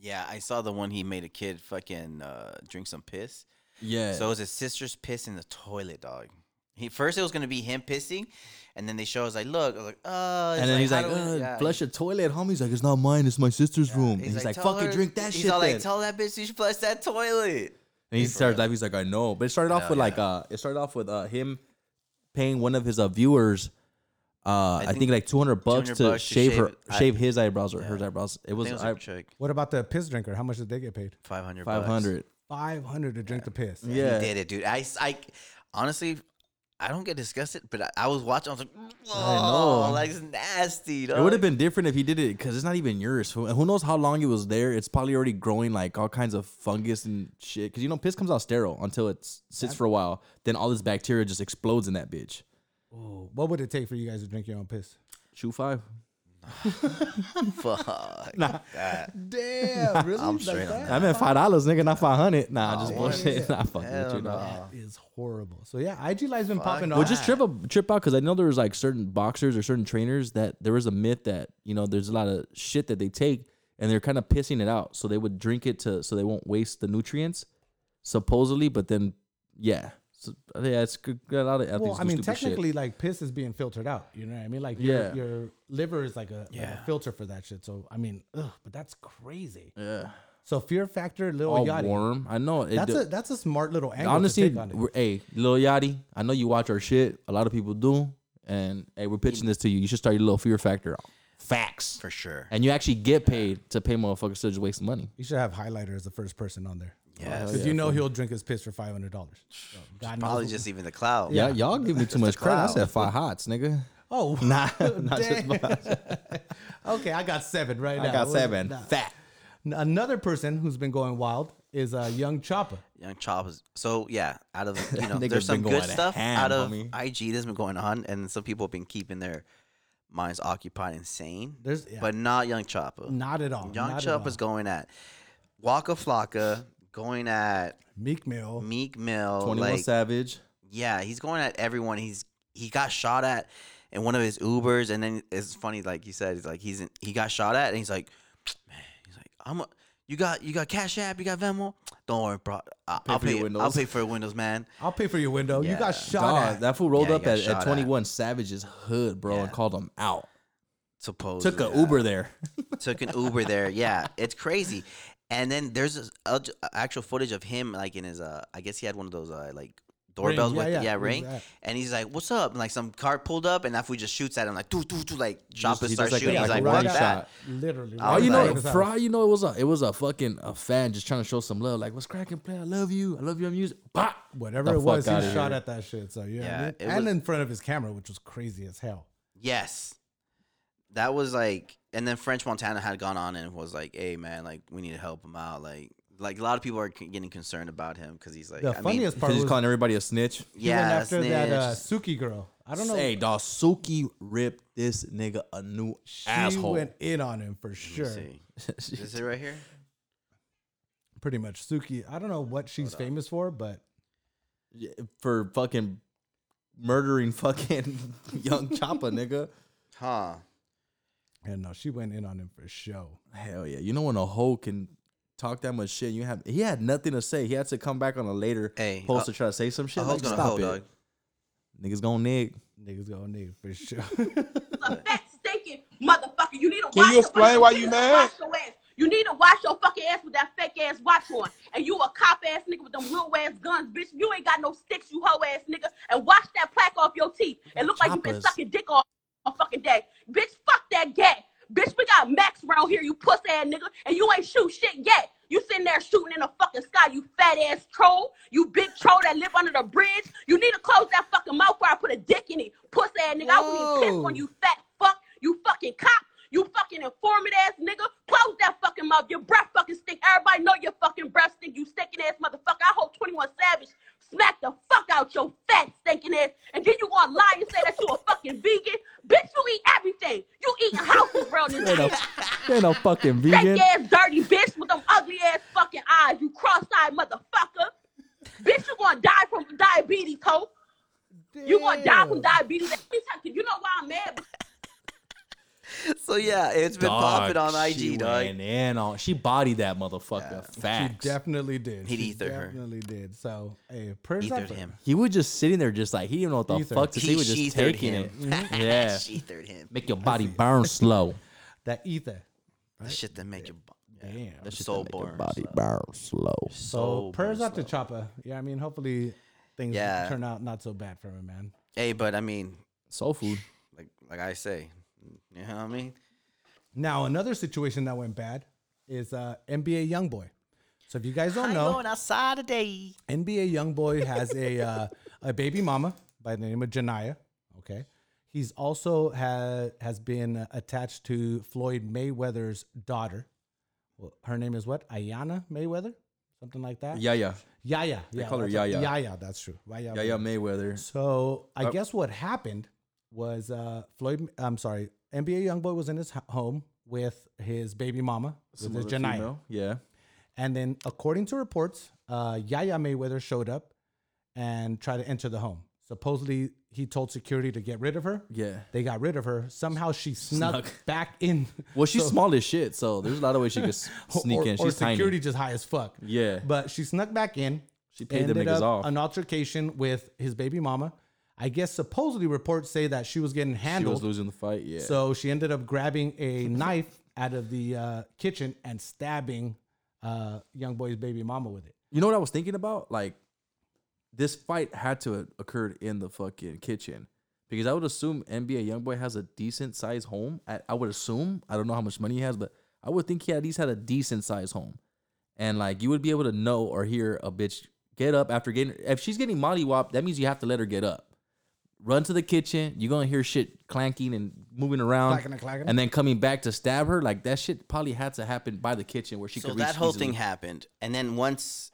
Speaker 5: Yeah, I saw the one he made a kid fucking uh, drink some piss.
Speaker 2: Yeah.
Speaker 5: So it was his sister's piss in the toilet, dog. He first it was gonna be him pissing, and then they show us like, look, I was like, oh,
Speaker 2: and then he's like,
Speaker 5: "How do we-"
Speaker 2: uh,
Speaker 5: yeah,
Speaker 2: flush a toilet, homie. He's like, it's not mine, it's my sister's room.
Speaker 5: He's,
Speaker 2: and he's like,
Speaker 5: "Tell
Speaker 2: fucking
Speaker 5: her-"
Speaker 2: drink that
Speaker 5: he's
Speaker 2: shit.
Speaker 5: all
Speaker 2: then.
Speaker 5: like, tell that bitch she should flush that toilet.
Speaker 2: and he starts like, he's like, I know. But it started off
Speaker 5: know,
Speaker 2: with like, uh, it started off with uh, him paying one of his uh, viewers, uh, I, think,
Speaker 5: think
Speaker 2: like 200 bucks
Speaker 5: 200
Speaker 2: to,
Speaker 5: bucks to
Speaker 2: shave, her,
Speaker 5: shave it.
Speaker 2: shave his eyebrows or her eyebrows. It
Speaker 5: I
Speaker 2: was,
Speaker 5: think
Speaker 2: uh,
Speaker 5: it was
Speaker 2: I-
Speaker 5: a chick,
Speaker 4: What about the piss drinker? How much did they get paid?
Speaker 5: five hundred.
Speaker 2: 500.
Speaker 4: 500 to drink the piss.
Speaker 5: He
Speaker 2: Yeah.
Speaker 5: did it, dude. I, s- I- honestly, I don't get disgusted, but I, I was watching. I was like, whoa,
Speaker 2: know.
Speaker 5: like it's nasty. Dog.
Speaker 2: It would have been different if he did it because it's not even yours. Who who knows how long it was there? It's probably already growing like all kinds of fungus and shit. Because you know, piss comes out sterile until it s- sits for a while. Then all this bacteria just explodes in that bitch.
Speaker 4: What would it take for you guys to drink your own piss?
Speaker 2: Shoe five.
Speaker 5: fuck.
Speaker 4: Damn, really?
Speaker 5: I'm straight on that.
Speaker 2: I meant five dollars, nigga, not five hundred. Nah, just bullshit. Nah, fuck with
Speaker 5: Hell
Speaker 2: you. Oh, Nah.
Speaker 5: no.
Speaker 4: Is horrible. So yeah, IG Live's been popping
Speaker 5: that.
Speaker 4: off.
Speaker 2: Well, just trip up, trip out because I know there was like certain boxers or certain trainers that there was a myth that you know there's a lot of shit that they take and they're kind of pissing it out, so they would drink it to so they won't waste the nutrients, supposedly. But then, yeah, so, uh, yeah, it's good. got a lot of
Speaker 4: well,
Speaker 2: athletes
Speaker 4: I
Speaker 2: do
Speaker 4: mean,
Speaker 2: stupid
Speaker 4: technically,
Speaker 2: shit.
Speaker 4: like piss is being filtered out. You know what I mean? Like,
Speaker 2: Yeah.
Speaker 4: your, your liver is like a, like a
Speaker 5: Yeah.
Speaker 4: filter for that shit. So, I mean, ugh, but that's crazy.
Speaker 2: yeah,
Speaker 4: So, Fear Factor, Lil
Speaker 2: all
Speaker 4: Yachty.
Speaker 2: warm. I know it,
Speaker 4: That's a that's a smart little angle
Speaker 2: honestly,
Speaker 4: to take on it.
Speaker 2: we're- hey, Lil Yachty, I know you watch our shit. A lot of people do, and hey, we're pitching this to you. You should start your little fear factor. Facts.
Speaker 5: for sure.
Speaker 2: And you actually get paid to pay motherfuckers to just waste money.
Speaker 4: You should have highlighter as the first person on there.
Speaker 5: Yes.
Speaker 4: Because you know he'll drink his piss for five hundred dollars. God
Speaker 5: Probably
Speaker 4: knows-
Speaker 5: just even the cloud.
Speaker 2: Yeah, y'all give me too much credit. I
Speaker 5: cloud.
Speaker 2: said five hots, nigga.
Speaker 4: Oh nah, okay, I got seven right now. What is it? Nah.
Speaker 2: Fat.
Speaker 4: Another person who's been going wild is uh, Young Choppa.
Speaker 5: Young Choppers. So yeah, out of you know,
Speaker 2: Nigga's
Speaker 5: there's some
Speaker 2: been
Speaker 5: good
Speaker 2: going
Speaker 5: stuff
Speaker 2: ham,
Speaker 5: out of
Speaker 2: homie.
Speaker 5: IG that's been going on, and some people have been keeping their minds occupied and sane.
Speaker 4: There's- yeah.
Speaker 5: but not Young Chopper.
Speaker 4: Not at all.
Speaker 5: Young
Speaker 4: not at
Speaker 5: Chopper's
Speaker 4: all.
Speaker 5: going at Waka Flocka, going at
Speaker 4: Meek Mill.
Speaker 5: Meek Mill.
Speaker 2: Oh, Twenty One
Speaker 5: like,
Speaker 2: Savage.
Speaker 5: yeah, he's going at everyone. He's he got shot at in one of his Ubers, and then it's funny, like you said, he's like he's in, he got shot at, and he's like, man, he's like, I'm a, you got you got Cash App, you got Venmo. Don't worry, bro. I, will
Speaker 2: for
Speaker 5: pay.
Speaker 2: your windows."
Speaker 5: I'll pay for your windows, man.
Speaker 4: I'll pay for your window. You
Speaker 5: Yeah.
Speaker 4: got shot
Speaker 2: God,
Speaker 4: at.
Speaker 2: that fool rolled
Speaker 5: Yeah, he
Speaker 2: up
Speaker 5: got
Speaker 2: at,
Speaker 5: shot
Speaker 2: at
Speaker 5: at.
Speaker 2: Twenty One Savage's hood, bro, and
Speaker 5: Yeah.
Speaker 2: called him out.
Speaker 5: Supposedly
Speaker 2: Took a
Speaker 5: yeah.
Speaker 2: Uber there.
Speaker 5: took an Uber there. Yeah, it's crazy. And then there's this oth- actual footage of him like in his uh, I guess he had one of those uh, like doorbells
Speaker 4: Ring,
Speaker 5: with
Speaker 4: yeah,
Speaker 5: yeah,
Speaker 4: yeah,
Speaker 5: ring,
Speaker 4: exact.
Speaker 5: and he's like, "What's up?" And like some car pulled up, and that fool just shoots at him like, "Doo doo doo!" Like
Speaker 2: just-
Speaker 5: Joppa
Speaker 2: he
Speaker 5: starts
Speaker 2: just, like,
Speaker 5: shooting.
Speaker 2: yeah,
Speaker 5: he's
Speaker 2: like
Speaker 5: like,
Speaker 2: one
Speaker 5: "Fuck
Speaker 2: shot.
Speaker 5: that."
Speaker 4: Literally.
Speaker 5: I
Speaker 2: All
Speaker 5: was
Speaker 2: Oh, you know,
Speaker 5: like-
Speaker 2: for all you know, it was a it was a fucking a fan just trying to show some love. Like, what's cracking, play? I love you. I love your music. Bah!
Speaker 4: Whatever
Speaker 2: The
Speaker 4: it was, he
Speaker 2: fuck outta
Speaker 4: shot
Speaker 2: here.
Speaker 4: at that shit. So yeah,
Speaker 5: Yeah, it
Speaker 4: and
Speaker 5: was-
Speaker 4: in front of his camera, which was crazy as hell.
Speaker 5: Yes, that was like, and then French Montana had gone on and was like, "Hey man, like we need to help him out." Like, like a lot of people are c- getting concerned about him because he's like,
Speaker 4: The
Speaker 5: I
Speaker 4: funniest
Speaker 5: mean,
Speaker 4: part
Speaker 2: He's
Speaker 4: was
Speaker 2: calling everybody a snitch.
Speaker 4: he went
Speaker 5: yeah,
Speaker 4: after that uh,
Speaker 5: snitch.
Speaker 4: Suki girl. I don't know.
Speaker 2: Hey, dog, Suki ripped this nigga a new
Speaker 4: she
Speaker 2: asshole.
Speaker 4: went in on him for sure.
Speaker 5: See. is it right here?
Speaker 4: Pretty much, Suki. I don't know what she's famous for, but
Speaker 2: for fucking murdering fucking young Choppa, nigga.
Speaker 5: Huh?
Speaker 4: yeah, no, she went in on him for show.
Speaker 2: Hell yeah. You know when a hoe can talk that much shit, you have he had nothing to say. He had to come back on a later
Speaker 5: Hey,
Speaker 2: post
Speaker 5: uh,
Speaker 2: to try to say some shit.
Speaker 5: I was
Speaker 2: Like,
Speaker 5: gonna
Speaker 2: stop
Speaker 5: hold,
Speaker 2: it.
Speaker 5: dog.
Speaker 2: Niggas gonna nig.
Speaker 4: Niggas go nigga for sure.
Speaker 6: a fat stinking motherfucker. You need to
Speaker 7: Can
Speaker 6: wash
Speaker 7: you
Speaker 6: your
Speaker 7: explain
Speaker 6: fucking-
Speaker 7: why you
Speaker 6: need to
Speaker 7: mad?
Speaker 6: wash your ass. You need to wash your fucking ass with that fake ass watch on. And you a cop ass nigga with them little ass guns, bitch. You ain't got no sticks, you hoe ass nigga. And wash that plaque off your teeth. It look like you been
Speaker 2: Choppers.
Speaker 6: sucking dick all, all fucking day. Bitch, fuck that gay. Bitch, we got Max around here, you puss ass nigga, and you ain't shoot shit yet. You sitting there shooting in the fucking sky, you fat ass troll, you big troll that live under the bridge. You need to close that fucking mouth or I put a dick in it, puss ass nigga. I wouldn't even piss
Speaker 4: Whoa.
Speaker 6: on you, fat fuck, you fucking cop, you fucking informant ass nigga. Close that fucking mouth. Your breath fucking stink. Everybody know your fucking breath stink. You stinking ass motherfucker. I hope 21 Savage smack the fuck out your fat stinking ass. And then you gonna lie and say that you a fucking vegan. Bitch, you eat everything. You eating houses around this
Speaker 2: Ain't no,
Speaker 6: bitch.
Speaker 2: ain't no fucking vegan.
Speaker 6: Fake ass dirty bitch with them ugly ass fucking eyes. You cross-eyed motherfucker. bitch, you gonna die from diabetes, hoe. You gonna die from diabetes. Let me tell you, you know why I'm mad?
Speaker 5: So yeah, it's been
Speaker 2: Dog,
Speaker 5: popping on
Speaker 2: she
Speaker 5: IG, dog.
Speaker 2: went in on- she bodied that motherfucker.
Speaker 4: She
Speaker 2: Facts.
Speaker 4: definitely did.
Speaker 5: He'd
Speaker 4: She
Speaker 5: ether her.
Speaker 4: Definitely did. So hey, prayers
Speaker 5: Ethered
Speaker 4: up.
Speaker 5: him.
Speaker 2: he was just sitting there, just like he didn't know what the
Speaker 4: Ether.
Speaker 2: fuck to say. He was
Speaker 5: She-
Speaker 2: just
Speaker 5: she-thered
Speaker 2: taking
Speaker 5: him.
Speaker 2: it. Yeah,
Speaker 5: She ethered him.
Speaker 2: make your body burn slow.
Speaker 4: That ether.
Speaker 5: The shit that make your bo- yeah.
Speaker 4: Damn.
Speaker 5: The soul burn.
Speaker 2: Body burn slow.
Speaker 4: So
Speaker 5: Soul
Speaker 4: prayers
Speaker 5: burn
Speaker 4: up to
Speaker 5: slow.
Speaker 4: Choppa. Yeah, I mean, hopefully things
Speaker 5: Yeah.
Speaker 4: turn out not so bad for him, man.
Speaker 5: Hey, but I mean,
Speaker 2: Soul food.
Speaker 5: like like I say, you know what I mean?
Speaker 4: Now another situation that went bad is uh, NBA YoungBoy. So if you guys don't know,
Speaker 5: outside today.
Speaker 4: NBA YoungBoy has a uh, a baby mama by the name of Janaya. Okay, he's also ha- has been attached to Floyd Mayweather's daughter. Well, her name is what? Ayana Mayweather, something like that.
Speaker 2: Yeah, yeah,
Speaker 4: Yaya. They
Speaker 2: call her Yaya. Uh,
Speaker 4: Yaya. That's true. Yaya.
Speaker 2: yeah, yeah. Mayweather.
Speaker 4: So I guess what happened was uh, Floyd. I'm sorry, NBA YoungBoy was in his ho- home with his baby mama, with his Janaya.
Speaker 2: Female, Yeah.
Speaker 4: And then, according to reports, uh, Yaya Mayweather showed up and tried to enter the home. Supposedly, he told security to get rid of her.
Speaker 2: Yeah.
Speaker 4: They got rid of her. Somehow she snuck,
Speaker 2: Snuck.
Speaker 4: back in.
Speaker 2: Well, she's small as shit, so there's a lot of ways she could s- sneak
Speaker 4: or,
Speaker 2: in.
Speaker 4: or
Speaker 2: She's tiny.
Speaker 4: security just high as fuck.
Speaker 2: Yeah.
Speaker 4: But she snuck back in.
Speaker 2: She paid them
Speaker 4: ended
Speaker 2: niggas
Speaker 4: up
Speaker 2: off.
Speaker 4: An altercation with his baby mama. I guess supposedly reports say that she was getting
Speaker 2: She
Speaker 4: handled.
Speaker 2: was losing the fight. Yeah.
Speaker 4: So she ended up grabbing a knife out of the uh, kitchen and stabbing uh, young boy's baby mama with it.
Speaker 2: you know what I was thinking about? Like, this fight had to have occurred in the fucking kitchen because I would assume NBA YoungBoy has a decent sized home. I, I would assume. I don't know how much money he has, but I would think he at least had a decent sized home. And like, you would be able to know or hear a bitch get up after getting. If she's getting molly wop, that means you have to let her get up. Run to the kitchen. You're gonna hear shit clanking and moving around,
Speaker 4: Clacking and clacking.
Speaker 2: and then coming back to stab her. Like that shit probably had to happen by the kitchen where she
Speaker 5: So
Speaker 2: could.
Speaker 5: that
Speaker 2: reach
Speaker 5: whole
Speaker 2: easily.
Speaker 5: thing happened, and then once,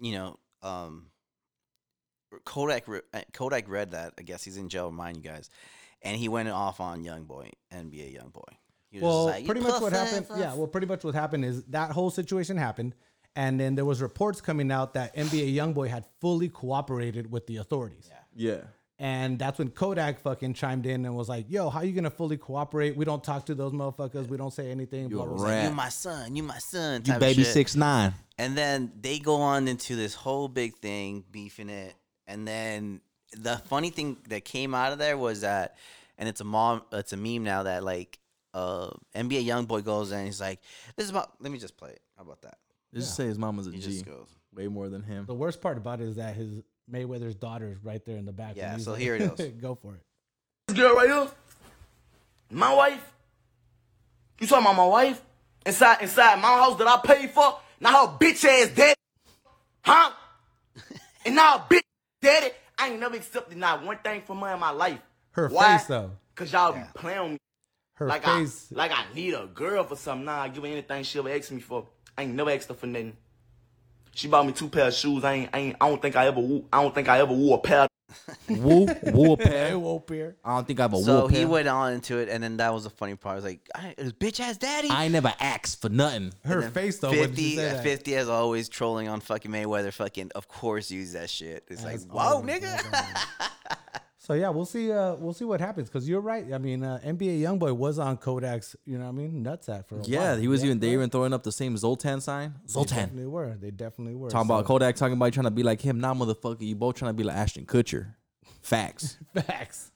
Speaker 5: you know, um, Kodak re- uh, Kodak read that. I guess he's in jail. Mind you guys, and he went off on Young Boy, NBA Young Boy. He was
Speaker 4: well,
Speaker 5: just like, "You
Speaker 4: pretty much what
Speaker 5: pussy,
Speaker 4: happened.
Speaker 5: pussy."
Speaker 4: Yeah, well, pretty much what happened is that whole situation happened, and then there was reports coming out that NBA YoungBoy had fully cooperated with the authorities,
Speaker 2: Yeah.
Speaker 4: and that's when Kodak fucking chimed in and was like, "Yo, how you gonna fully cooperate? We don't talk to those motherfuckers. We don't say anything." blah,
Speaker 2: a
Speaker 4: blah, blah."
Speaker 2: rat.
Speaker 5: you my son, you my son,
Speaker 2: You
Speaker 5: type of
Speaker 2: baby
Speaker 5: shit.
Speaker 2: six nine.
Speaker 5: And then they go on into this whole big thing, beefing it. And then the funny thing that came out of there was that, and it's a mom, it's a meme now that like uh, NBA young boy goes in and he's like, "This is about." Let me just play it. How about that?
Speaker 2: Let's just say his mama's a G.
Speaker 5: He just goes,
Speaker 2: Way more than him.
Speaker 4: The worst part about it is that his Mayweather's daughter is right there in the back. and
Speaker 5: Yeah,
Speaker 4: he's
Speaker 5: so
Speaker 4: like,
Speaker 5: here it is.
Speaker 4: Go for it.
Speaker 9: This girl right here, my wife. You talking about my wife? Inside, inside my house that I paid for. Now her bitch ass dead, huh? and now her bitch dead. I ain't never accepted not one thing from her in my life.
Speaker 4: Her
Speaker 9: Why?
Speaker 4: face, though.
Speaker 9: Cause y'all be playing on me.
Speaker 4: her
Speaker 9: like
Speaker 4: face.
Speaker 9: I, like I need a girl for something. Nah, I give her anything she ever asked me for. I ain't never asked her for nothing. She bought me two pair of shoes. I ain't, I ain't, I don't think I ever, woo, I don't think I ever wore a pair.
Speaker 2: Woo, woo a pair.
Speaker 4: It won't appear.
Speaker 2: I don't think I have a
Speaker 5: So
Speaker 2: woo
Speaker 5: he
Speaker 2: pair.
Speaker 5: went on into it, and then that was the funny part. I was like, I, it was bitch ass daddy.
Speaker 2: I never asked for nothing.
Speaker 4: Her face though. when
Speaker 5: 50,
Speaker 4: she said that.
Speaker 5: 50 as always trolling on fucking Mayweather. Fucking, of course, use that shit. It's
Speaker 4: As
Speaker 5: like, whoa,
Speaker 4: always,
Speaker 5: nigga.
Speaker 4: So yeah, we'll see. Uh, we'll see what happens because you're right. I mean, uh, NBA YoungBoy was on Kodak's. You know, what I mean, nutsack for a
Speaker 2: Yeah,
Speaker 4: while.
Speaker 2: he was even they even throwing up the same Zoltan sign. Zoltan.
Speaker 4: They were. They definitely were.
Speaker 2: Talking about Kodak, talking about trying to be like him. Nah, motherfucker, you both trying to be like Ashton Kutcher. Facts.
Speaker 4: facts.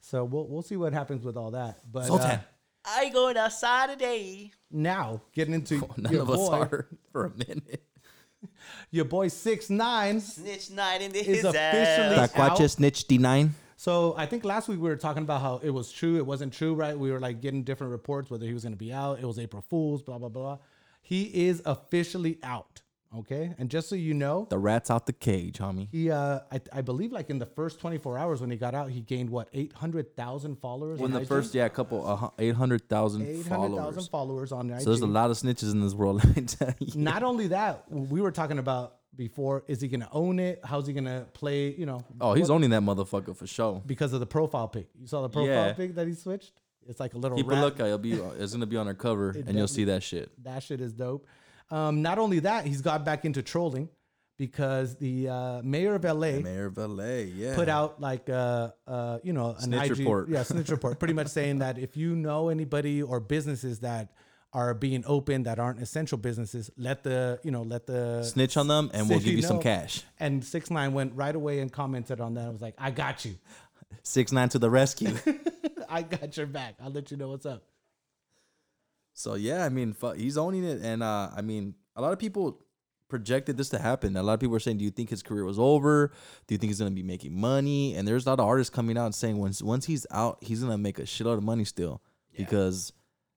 Speaker 4: So we'll we'll see what happens with all that. But uh,
Speaker 2: Zoltan.
Speaker 5: I going outside today.
Speaker 4: now getting into
Speaker 2: None
Speaker 4: your
Speaker 2: of us
Speaker 4: boy,
Speaker 2: are for a minute.
Speaker 4: your boy six nine.
Speaker 5: Snitch night into
Speaker 4: Is
Speaker 5: his
Speaker 4: officially-
Speaker 5: ass.
Speaker 2: Taquacha snitch D nine.
Speaker 4: So I think last week we were talking about how it was true, it wasn't true, right? We were like getting different reports whether he was going to be out. It was April Fools, blah blah blah. He is officially out. Okay, and just so you know,
Speaker 2: The rat's out the cage, homie.
Speaker 4: he uh, I, I believe like in the first 24 hours when he got out, he gained what 800,000 followers. on
Speaker 2: When the
Speaker 4: IG?
Speaker 2: first, yeah, a couple, uh, eight hundred thousand
Speaker 4: 800,000
Speaker 2: followers.
Speaker 4: followers on IG.
Speaker 2: So there's a lot of snitches in this world. Let me tell you.
Speaker 4: Not only that, we were talking about before. Is he going to own it? How's he going to play? You know,
Speaker 2: Oh, he's owning that motherfucker for sure.
Speaker 4: because of the profile pic. You saw the profile
Speaker 2: Yeah.
Speaker 4: pic that he switched. It's like a little
Speaker 2: Keep a
Speaker 4: rat
Speaker 2: lookout. It'll be uh, it's gonna be on our cover, and you'll see that shit.
Speaker 4: That shit is dope. Um, not only that, he's got back into trolling because the uh, mayor of LA
Speaker 2: Mayor of LA, yeah.
Speaker 4: put out like uh, uh, you know an
Speaker 2: Snitch
Speaker 4: IG
Speaker 2: report.
Speaker 4: yeah, snitch report, pretty much saying that if you know anybody or businesses that are being open that aren't essential businesses, let the you know let the
Speaker 2: snitch on them, and we'll
Speaker 4: city
Speaker 2: give you some
Speaker 4: know.
Speaker 2: cash.
Speaker 4: And six nine went right away and commented on that. I was like, I got you,
Speaker 2: Six nine to the rescue.
Speaker 4: I got your back. I'll let you know what's up.
Speaker 2: so yeah, I mean, fu he's owning it, and uh, I mean, a lot of people projected this to happen. A lot of people are saying, "Do you think his career was over? Do you think he's gonna be making money?" And there's a lot of artists coming out and saying, "Once once he's out, he's gonna make a shitload of money still because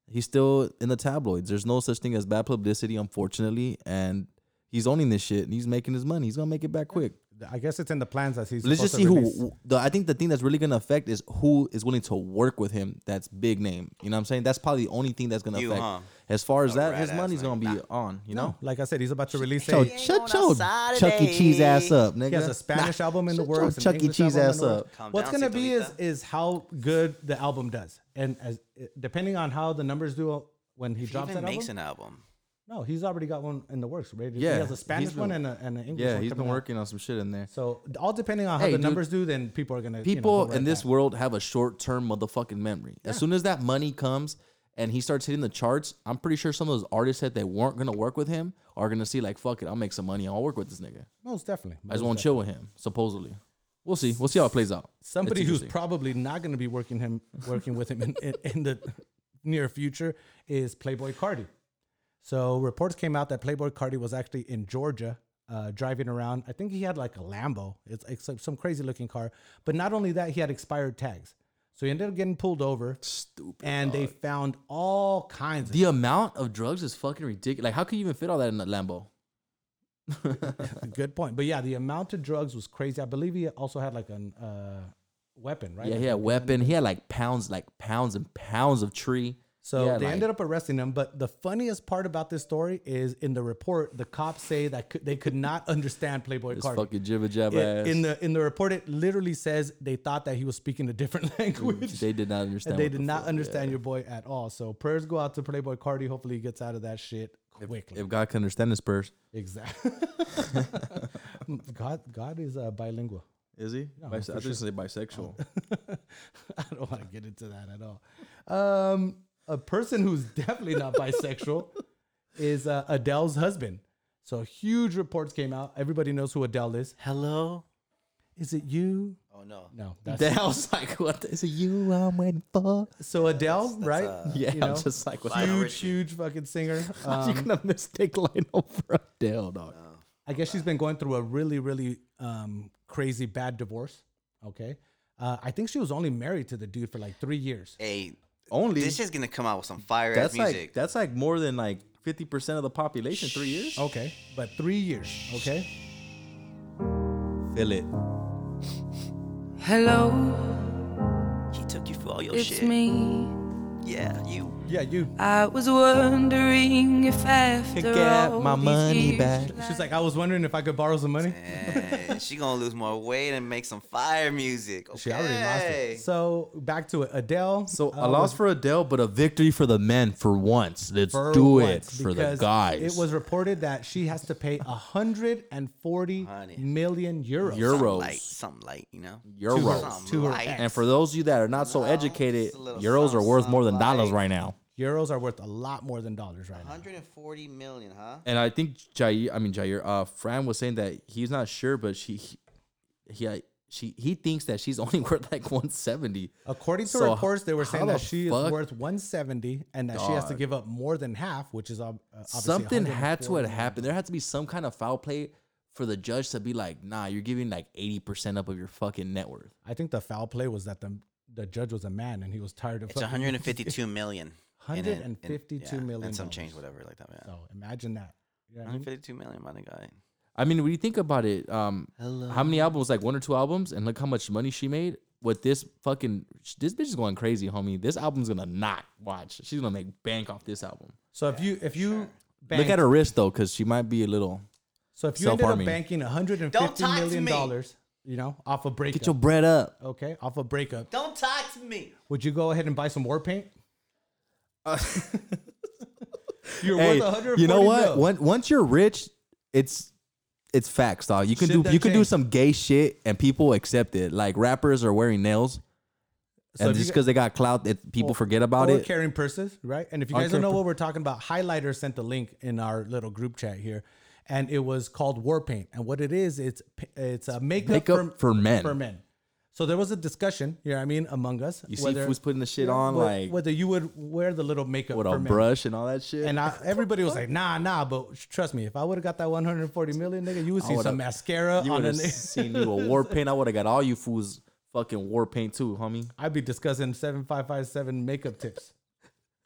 Speaker 2: he's still in the tabloids. There's no such thing as bad publicity, unfortunately, and." He's owning this shit and he's making his money. He's gonna make it back quick.
Speaker 4: I guess it's in the plans that he's.
Speaker 2: Let's just see
Speaker 4: supposed to release.
Speaker 2: who. The, I think the thing that's really gonna affect is who is willing to work with him. That's big name. You know what I'm saying? That's probably the only thing that's gonna
Speaker 5: You,
Speaker 2: affect.
Speaker 5: huh?
Speaker 2: As far as that,
Speaker 5: rat
Speaker 2: his
Speaker 5: ass
Speaker 2: money's
Speaker 5: nigga.
Speaker 2: gonna be on. You know.
Speaker 4: Like I said, he's about to release.
Speaker 2: Shut
Speaker 4: a-
Speaker 2: your- shut
Speaker 5: going
Speaker 2: your
Speaker 5: outside
Speaker 2: Chuck E.
Speaker 5: today.
Speaker 2: Cheese ass up, nigga.
Speaker 4: He has a Spanish album in the
Speaker 2: shut your
Speaker 4: works. an
Speaker 2: Chuck E.
Speaker 4: English
Speaker 2: Cheese
Speaker 4: album in
Speaker 2: ass
Speaker 4: the works.
Speaker 2: up.
Speaker 5: Calm
Speaker 4: What's
Speaker 5: down,
Speaker 4: gonna be is
Speaker 5: señorita.
Speaker 4: is how good the album does, and as depending on how the numbers do when he
Speaker 5: If he
Speaker 4: drops
Speaker 5: even
Speaker 4: that
Speaker 5: makes
Speaker 4: album.
Speaker 5: an album.
Speaker 4: no, he's already got one in the works. Right?
Speaker 2: Yeah,
Speaker 4: he has a
Speaker 2: he's
Speaker 4: Spanish
Speaker 2: been-
Speaker 4: one and, a, and an English.
Speaker 2: Yeah,
Speaker 4: one
Speaker 2: he's been
Speaker 4: coming out.
Speaker 2: working on some shit in there.
Speaker 4: So all depending on how
Speaker 2: Hey,
Speaker 4: the
Speaker 2: dude.
Speaker 4: numbers do, then people are gonna you know,
Speaker 2: People
Speaker 4: go right
Speaker 2: in this
Speaker 4: back.
Speaker 2: world have a short term motherfucking memory. As soon as that money comes and he starts hitting the charts, I'm pretty sure some of those artists that they weren't gonna work with him are gonna see like, fuck it, I'll make some money. I'll work with this nigga.
Speaker 4: most definitely.
Speaker 2: I just
Speaker 4: most
Speaker 2: want
Speaker 4: definitely.
Speaker 2: to chill with him, supposedly. We'll see. We'll see how it plays out.
Speaker 4: somebody
Speaker 2: It's
Speaker 4: who's
Speaker 2: interesting.
Speaker 4: probably not gonna be working him working with him in, in, in the near future is Playboy Cardi. So reports came out that Playboy Cardi was actually in Georgia, uh, driving around. I think he had like a Lambo. It's, it's like some crazy looking car. But not only that, he had expired tags. So he ended up getting pulled over. Stupid. And they found all kinds.
Speaker 2: the amount of drugs is fucking ridiculous. Like, how can you even fit all that in a Lambo?
Speaker 4: of Good point. But yeah, the amount of drugs was crazy. I believe he also had like an uh, weapon, right?
Speaker 2: Yeah,
Speaker 4: Like
Speaker 2: he had a weapon. He had like pounds, like pounds and pounds of tree.
Speaker 4: So
Speaker 2: Yeah,
Speaker 4: they
Speaker 2: like-
Speaker 4: ended up arresting him. But the funniest part about this story is in the report, the cops say that could, they could not understand Playboy
Speaker 2: This
Speaker 4: Cardi.
Speaker 2: fucking jibber jabber
Speaker 4: It-
Speaker 2: ass.
Speaker 4: in the in the report, it literally says they thought that he was speaking a different language.
Speaker 2: they did not
Speaker 4: and
Speaker 2: understand.
Speaker 4: they
Speaker 2: what
Speaker 4: did
Speaker 2: the
Speaker 4: not
Speaker 2: fuck-
Speaker 4: understand
Speaker 2: yeah.
Speaker 4: your boy at all. So prayers go out to Playboy Cardi. Hopefully he gets out of that shit quickly.
Speaker 2: If God can understand this purse,
Speaker 4: exactly. God God is uh, bilingual.
Speaker 2: is he? Bise- I just say bisexual.
Speaker 4: I don't want to get into that at all. Um, a person who's definitely not bisexual is uh, Adele's husband. So huge reports came out. Everybody knows who Adele is.
Speaker 5: Hello?
Speaker 4: Is it you?
Speaker 5: Oh, no.
Speaker 4: No, that's
Speaker 2: Then I was like, what is it you um, I'm waiting for?
Speaker 4: so Adele, right?
Speaker 2: Yeah,
Speaker 4: You
Speaker 2: I'm
Speaker 4: know,
Speaker 2: just like, what the
Speaker 5: uh, Lionel
Speaker 4: huge,
Speaker 5: Richie.
Speaker 4: huge fucking singer.
Speaker 2: hell?
Speaker 4: Um,
Speaker 2: you gonna mistake Lionel for Adele, dog?
Speaker 4: I guess she's been going through a really, really um, crazy bad divorce. Okay, uh, I think she was only married to the dude for like three years.
Speaker 5: Hey,
Speaker 2: Only
Speaker 5: this is going to come out with some fire ass
Speaker 2: that's
Speaker 5: music.
Speaker 2: like that's like more than like fifty percent of the population. Three years.
Speaker 4: Okay, but three years. Okay,
Speaker 2: Feel it.
Speaker 10: Hello,
Speaker 5: he took you for all your
Speaker 10: it's
Speaker 5: shit.
Speaker 10: me.
Speaker 5: Yeah, you.
Speaker 4: Yeah, you.
Speaker 10: I was wondering if after
Speaker 2: get
Speaker 10: all
Speaker 2: my
Speaker 10: these
Speaker 2: money
Speaker 10: years,
Speaker 2: back.
Speaker 10: life-
Speaker 4: She's like, I was wondering if I could borrow some money.
Speaker 5: And she gonna lose more weight and make some fire music. Okay.
Speaker 4: She already lost it. So back to it. Adele.
Speaker 2: So
Speaker 4: uh,
Speaker 2: a loss for Adele, but a victory for the men for once. Let's
Speaker 4: for
Speaker 2: do
Speaker 4: once,
Speaker 2: it for the
Speaker 4: because
Speaker 2: guys.
Speaker 4: It was reported that she has to pay 140
Speaker 5: Honey.
Speaker 4: million euros.
Speaker 2: Euro.
Speaker 5: Something
Speaker 2: Euros.
Speaker 5: light, something light, you know.
Speaker 2: Euros.
Speaker 5: Something
Speaker 4: To her
Speaker 5: light.
Speaker 4: ex.
Speaker 2: and for those of you that are not so educated,
Speaker 5: it's a little
Speaker 2: euros are
Speaker 5: something,
Speaker 2: worth more than
Speaker 5: something
Speaker 2: dollars
Speaker 5: like-
Speaker 2: right now.
Speaker 4: Euros are worth a lot more than dollars right now.
Speaker 5: 140 million, huh?
Speaker 2: And I think Jair, I mean Jair, uh, Fran was saying that he's not sure, but she, he, he I- she, he thinks that she's only worth like 170.
Speaker 4: According to
Speaker 2: So,
Speaker 4: reports, they were
Speaker 2: how
Speaker 4: saying
Speaker 2: the
Speaker 4: that she
Speaker 2: fuck-
Speaker 4: is worth 170 and that she has to
Speaker 2: Dog.
Speaker 4: give up more than half, which is ob- uh, obviously
Speaker 2: Something had
Speaker 4: 140
Speaker 2: to have
Speaker 4: million.
Speaker 2: happened. There had to be some kind of foul play for the judge to be like, nah, you're giving like 80% up of your fucking net worth.
Speaker 4: I think the foul play was that the the judge was a man and he was tired of
Speaker 5: It's 152 million. and then- and-
Speaker 4: 152
Speaker 5: yeah,
Speaker 4: million
Speaker 5: And some
Speaker 4: dollars.
Speaker 5: change, whatever, like that. Yeah.
Speaker 4: So imagine that. You know what I mean?
Speaker 5: 152 million, my guy.
Speaker 2: I mean, when you think about it, um, how many albums? Like one or two albums, and look how much money she made with this fucking. This bitch is going crazy, homie. This album's gonna not watch. She's gonna make bank off this album.
Speaker 4: So if you if you
Speaker 2: Look at her wrist though, because she might be a little.
Speaker 4: So if you ended up
Speaker 2: Self-harming.
Speaker 4: banking 150
Speaker 5: talk to
Speaker 4: million
Speaker 5: me.
Speaker 4: dollars, you know, off a breakup,
Speaker 2: Get your bread up.
Speaker 4: okay, off a breakup,
Speaker 5: Don't talk to me.
Speaker 4: would you go ahead and buy some war paint? You're
Speaker 2: Hey,
Speaker 4: worth 140
Speaker 2: you know what?
Speaker 4: mil.
Speaker 2: Once once you're rich, it's it's facts, dog. You can
Speaker 4: Shit
Speaker 2: do
Speaker 4: that
Speaker 2: you can do
Speaker 4: change.
Speaker 2: some gay shit and people accept it. Like rappers are wearing nails,
Speaker 4: So
Speaker 2: and
Speaker 4: if you
Speaker 2: just
Speaker 4: got-
Speaker 2: because they got clout, that people forget about
Speaker 4: or
Speaker 2: it.
Speaker 4: carrying purses, right? And if you
Speaker 2: Or
Speaker 4: guys don't know
Speaker 2: carrying
Speaker 4: what we're talking about, Highlighter sent the link in our little group chat here, and it was called War Paint. And what it is, it's p- it's a makeup,
Speaker 2: Makeup for men.
Speaker 4: For men. So there was a discussion, you know what I mean, among us.
Speaker 2: You see who's putting the shit on, like-
Speaker 4: whether you would wear the little makeup
Speaker 2: With
Speaker 4: for
Speaker 2: a
Speaker 4: men.
Speaker 2: brush and all that shit.
Speaker 4: And I, everybody was like, nah, nah, but sh- trust me, if I would have got that 140 million, nigga, you would see
Speaker 2: would've-
Speaker 4: some mascara
Speaker 2: You
Speaker 4: on
Speaker 2: would
Speaker 4: a
Speaker 2: have
Speaker 4: nigga.
Speaker 2: seen you a war paint. I would have got all you fools fucking war paint too, homie.
Speaker 4: I'd be discussing 7557 makeup tips.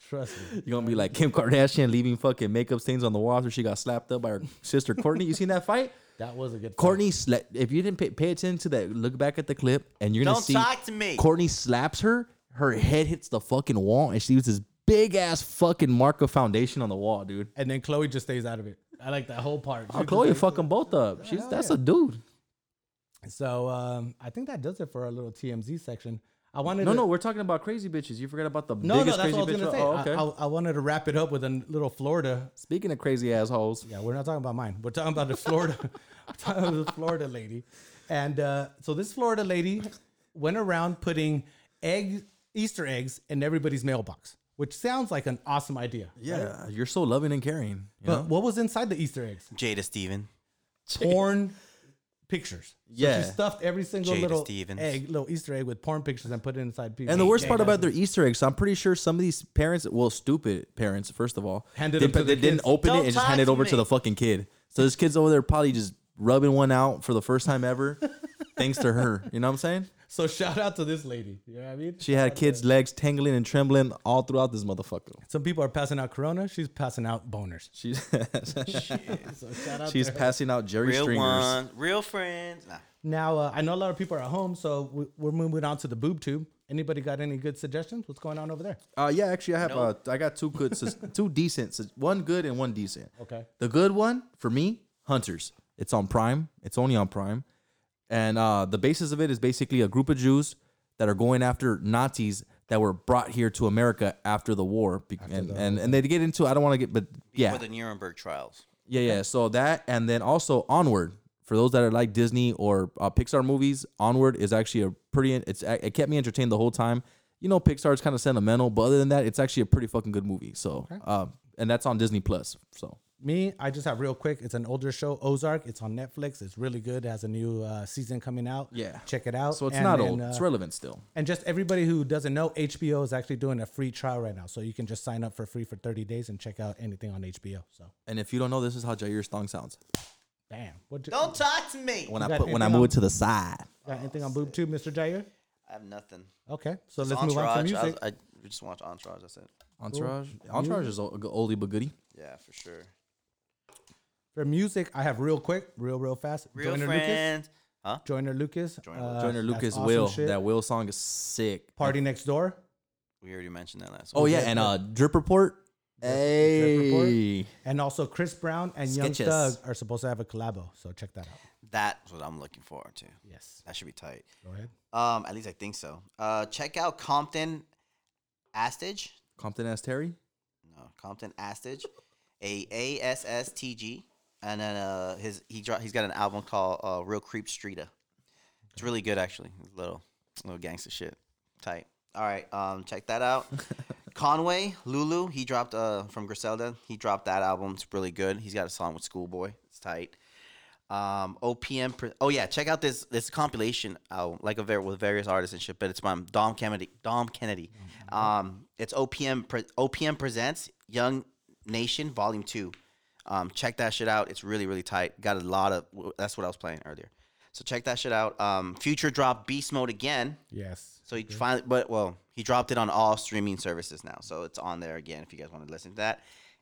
Speaker 4: Trust me.
Speaker 2: You're gonna be like Kim Kardashian leaving fucking makeup stains on the wall after she got slapped up by her sister Courtney. You seen that fight?
Speaker 4: That was a good
Speaker 2: Courtney, sla- if you didn't pay, pay attention to that, look back at the clip, and you're gonna
Speaker 5: Don't
Speaker 2: see
Speaker 5: talk to me.
Speaker 2: Courtney slaps her. Her head hits the fucking wall, and she leaves this big ass fucking mark of foundation on the wall, dude.
Speaker 4: And then Chloe just stays out of it. I like that whole part.
Speaker 2: Oh, Chloe fuck them both up. She's that's a dude.
Speaker 4: So um, I think that does it for our little TMZ section. I wanted
Speaker 2: No,
Speaker 4: to,
Speaker 2: no, we're talking about crazy bitches. You forgot about the
Speaker 4: no, no,
Speaker 2: biggest
Speaker 4: that's what I
Speaker 2: crazy
Speaker 4: was
Speaker 2: bitch.
Speaker 4: gonna say.
Speaker 2: Oh, okay.
Speaker 4: I, I- I wanted to wrap it up with a little Florida.
Speaker 2: Speaking of crazy assholes,
Speaker 4: Yeah, we're not talking about mine. We're talking about the Florida, we're talking about the Florida lady, and uh, so this Florida lady went around putting egg Easter eggs in everybody's mailbox, which sounds like an awesome idea.
Speaker 2: yeah, you're so loving and caring. you
Speaker 4: But what was inside the Easter eggs?
Speaker 5: Jada Steven.
Speaker 4: porn pictures. So
Speaker 2: Yeah.
Speaker 4: she stuffed every single
Speaker 5: Jada
Speaker 4: little
Speaker 5: Stevens.
Speaker 4: egg, little Easter egg with porn pictures and put it inside people.
Speaker 2: And the worst part about their e- Easter eggs, I'm pretty sure some of these parents, well, stupid parents, first of all,
Speaker 4: Handed
Speaker 2: they,
Speaker 4: them to
Speaker 2: they
Speaker 4: the
Speaker 2: didn't
Speaker 4: kids.
Speaker 2: open it
Speaker 5: Don't
Speaker 2: and just
Speaker 5: talk
Speaker 2: hand it
Speaker 5: to
Speaker 2: over to
Speaker 5: me.
Speaker 2: the fucking kid. So this kid's over there probably just rubbing one out for the first time ever, thanks to her. You know what I'm saying?
Speaker 4: so shout out to this lady. You know what I mean?
Speaker 2: She had kids' legs tingling and trembling all throughout this motherfucker.
Speaker 4: Some people are passing out Corona. She's passing out boners.
Speaker 2: She's
Speaker 4: So shout out.
Speaker 2: she's
Speaker 4: to her.
Speaker 2: passing out Jerry
Speaker 5: Real
Speaker 2: stringers.
Speaker 5: one. Real friends. Nah.
Speaker 4: now uh, I know a lot of people are at home, so we- we're moving on to the boob tube. Anybody got any good suggestions? What's going on over there?
Speaker 2: Uh, yeah, actually, I have. Uh, I got two good, sus- two decent, sus- one good and one decent.
Speaker 4: Okay.
Speaker 2: The good one for me, Hunters. It's on Prime. It's only on Prime, and uh, the basis of it is basically a group of Jews that are going after Nazis that were brought here to America after the war, Be- and, and and they get into. I don't want to get, but yeah,
Speaker 5: For the Nuremberg trials.
Speaker 2: yeah, yeah. So that, and then also Onward. For those that are like Disney or uh, Pixar movies, Onward is actually a pretty. It's it kept me entertained the whole time. You know, Pixar's kind of sentimental, but other than that, it's actually a pretty fucking good movie. So, uh, and that's on Disney Plus. So
Speaker 4: Me, I just have real quick. It's an older show, Ozark. It's on Netflix. It's really good. It has a new uh, season coming out. check it out.
Speaker 2: So it's
Speaker 4: And
Speaker 2: not
Speaker 4: then,
Speaker 2: old.
Speaker 4: uh,
Speaker 2: it's relevant still.
Speaker 4: And just everybody who doesn't know, HBO is actually doing a free trial right now. So you can just sign up for free for 30 days and check out anything on HBO. So,
Speaker 2: And if you don't know, this is how Jair's thong sounds
Speaker 4: damn. What you,
Speaker 5: Don't talk to me.
Speaker 2: when
Speaker 4: got
Speaker 2: I put when I
Speaker 4: anything
Speaker 2: move
Speaker 4: on-
Speaker 2: it to the side.
Speaker 4: got anything on BoobTube, Mr. Jair?
Speaker 5: I have nothing.
Speaker 4: Okay. So
Speaker 5: It's
Speaker 4: let's move on
Speaker 5: Entourage.
Speaker 4: to music.
Speaker 5: I, was- I we just watched Entourage. That's it.
Speaker 2: Entourage. Entourage is old, oldie but goodie.
Speaker 5: Yeah, for sure.
Speaker 4: for music, I have real quick, real, real fast.
Speaker 5: Real
Speaker 4: Lucas.
Speaker 5: friends. Huh?
Speaker 4: Joyner Lucas.
Speaker 5: Joyner
Speaker 4: uh,
Speaker 5: Lucas.
Speaker 2: Joyner
Speaker 4: that's
Speaker 2: Lucas
Speaker 4: awesome
Speaker 2: Will.
Speaker 4: shit.
Speaker 2: That Will song is sick.
Speaker 4: Party Next Door.
Speaker 5: We already mentioned that last.
Speaker 2: Oh
Speaker 5: week.
Speaker 2: yeah, and uh, drip report. Hey,
Speaker 4: And also, Chris Brown and Young
Speaker 5: Sketches.
Speaker 4: Thug are supposed to have a collabo, so check that out.
Speaker 5: that's what I'm looking forward to. Yes, that should be tight.
Speaker 4: Go ahead.
Speaker 5: Um, at least I think so. Uh, check out Compton Astage.
Speaker 2: Compton asked Terry.
Speaker 5: No, Compton Astage, a A S S T G, and then uh, his he dro- he's got an album called uh, Real Creep Streeta. It's really good actually. It's little little gangster shit, tight. All right, um, check that out. Conway Lulu, he dropped uh from Griselda. He dropped that album. It's really good. He's got a song with Schoolboy. It's tight. Um, OPM. Pre- oh yeah, check out this this compilation album, like a ver- with various artists and shit. But it's by Dom Kennedy. Dom Kennedy.
Speaker 2: Mm-hmm.
Speaker 5: Um, it's OPM. Pre- OPM presents Young Nation Volume Two. Um, check that shit out. It's really really tight. Got a lot of. That's what I was playing earlier. So check that shit out. Um, Future drop Beast Mode again.
Speaker 4: Yes.
Speaker 5: So he finally, but well, he dropped it on all streaming services now, so it's on there again. If you guys want to listen to that,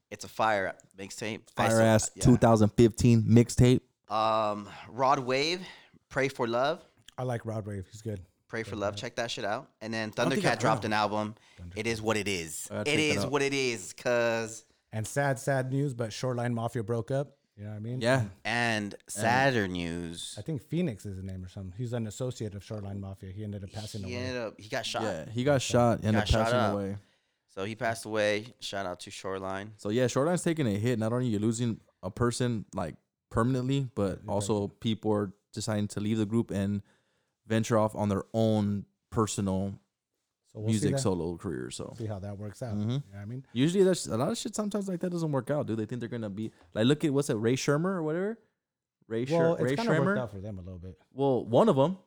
Speaker 5: it's a fire mixtape. I
Speaker 2: Fire
Speaker 5: saw-
Speaker 2: ass
Speaker 5: yeah.
Speaker 2: 2015 mixtape.
Speaker 5: Um, Rod Wave, Pray for Love,
Speaker 4: I like Rod Wave. He's good.
Speaker 5: Pray for Love. Check that shit out. And then
Speaker 4: don't think I've
Speaker 5: Thundercat
Speaker 4: heard
Speaker 5: dropped
Speaker 4: of
Speaker 5: an album. It is what it is.
Speaker 2: gotta
Speaker 5: It
Speaker 2: check that
Speaker 5: is
Speaker 2: out.
Speaker 5: what it is. Cause
Speaker 4: And sad, sad news, but Shoreline Mafia broke up. You know what I mean?
Speaker 2: Yeah,
Speaker 5: and sadder news.
Speaker 4: I think Phoenix is the name or something. He's an associate of Shoreline Mafia. He ended up passing
Speaker 5: He
Speaker 4: away.
Speaker 5: ended up he got shot.
Speaker 2: yeah. He got shot and
Speaker 5: Got shot
Speaker 2: passing
Speaker 5: up.
Speaker 2: away.
Speaker 5: So he passed away. Shout out to Shoreline.
Speaker 2: So yeah, Shoreline's taking a hit. Not only you're losing a person like permanently, but also people are deciding to leave the group and venture off on their own personal
Speaker 4: So we'll see
Speaker 2: music Mm-hmm.
Speaker 4: that-
Speaker 2: solo career. So
Speaker 4: See how that works out. You know what I mean?
Speaker 2: usually that's a lot of shit. Sometimes like that doesn't work out, dude. They think they're gonna be like, look at what's it, Ray Shermer or whatever. Ray, Sher-
Speaker 4: Well,
Speaker 2: Ray
Speaker 4: it's kind of worked
Speaker 2: Shermer.
Speaker 4: out for them a little bit.
Speaker 2: Well, one of them,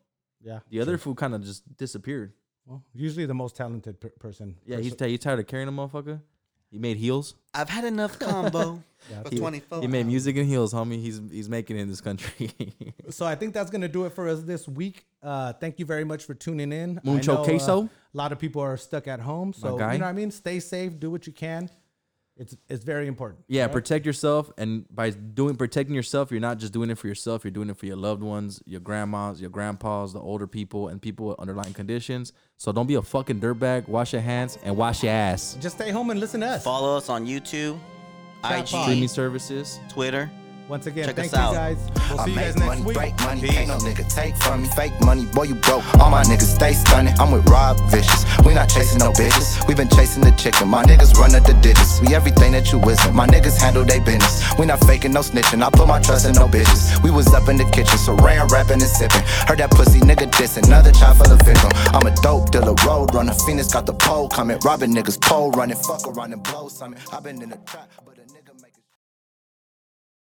Speaker 4: Yeah.
Speaker 2: the other fool, kind of just disappeared.
Speaker 4: Well, usually the most talented per- person.
Speaker 2: Yeah, he's, t- he's tired of carrying a motherfucker. He made heels.
Speaker 5: I've had enough combo. for
Speaker 2: He,
Speaker 5: 24
Speaker 2: he made music and heels, homie. He's he's making it in this country.
Speaker 4: So I think that's gonna do it for us this week. Uh, thank you very much for tuning in. I
Speaker 2: Mucho
Speaker 4: uh,
Speaker 2: queso.
Speaker 4: a lot of people are stuck at home, so
Speaker 2: guy.
Speaker 4: you know what I mean. Stay safe. Do what you can. It's it's very important.
Speaker 2: Yeah, protect yourself, and by doing protecting yourself, you're not just doing it for yourself. You're doing it for your loved ones, your grandmas, your grandpas, the older people, and people with underlying conditions. So don't be a fucking dirtbag. Wash your hands and wash your ass.
Speaker 4: Just stay home and listen to us.
Speaker 5: Follow us on YouTube,
Speaker 4: Chat
Speaker 5: IG,
Speaker 2: Streaming services.
Speaker 5: Twitter.
Speaker 4: Once again,
Speaker 5: Check
Speaker 4: thank
Speaker 5: us
Speaker 4: you
Speaker 5: out.
Speaker 4: guys. We'll
Speaker 7: I
Speaker 4: see you
Speaker 7: make
Speaker 4: guys next
Speaker 7: money,
Speaker 4: week.
Speaker 7: break money, ain't no nigga take from me. Fake money, boy, you broke. All my niggas stay stunning. I'm with Rob Vicious. We not chasing no bitches. We been chasing the chicken. My niggas run up the digits. We everything that you isn't. My niggas handle they business. We not faking no snitching. I put my trust in no bitches. We was up in the kitchen, so ran, rapping and sipping. Heard that pussy nigga dissing. Another child for the victim. I'm a dope dealer, road runner. Phoenix got the pole coming. Robbing niggas, pole running. Fuck around and blow something. I been in the trap. but-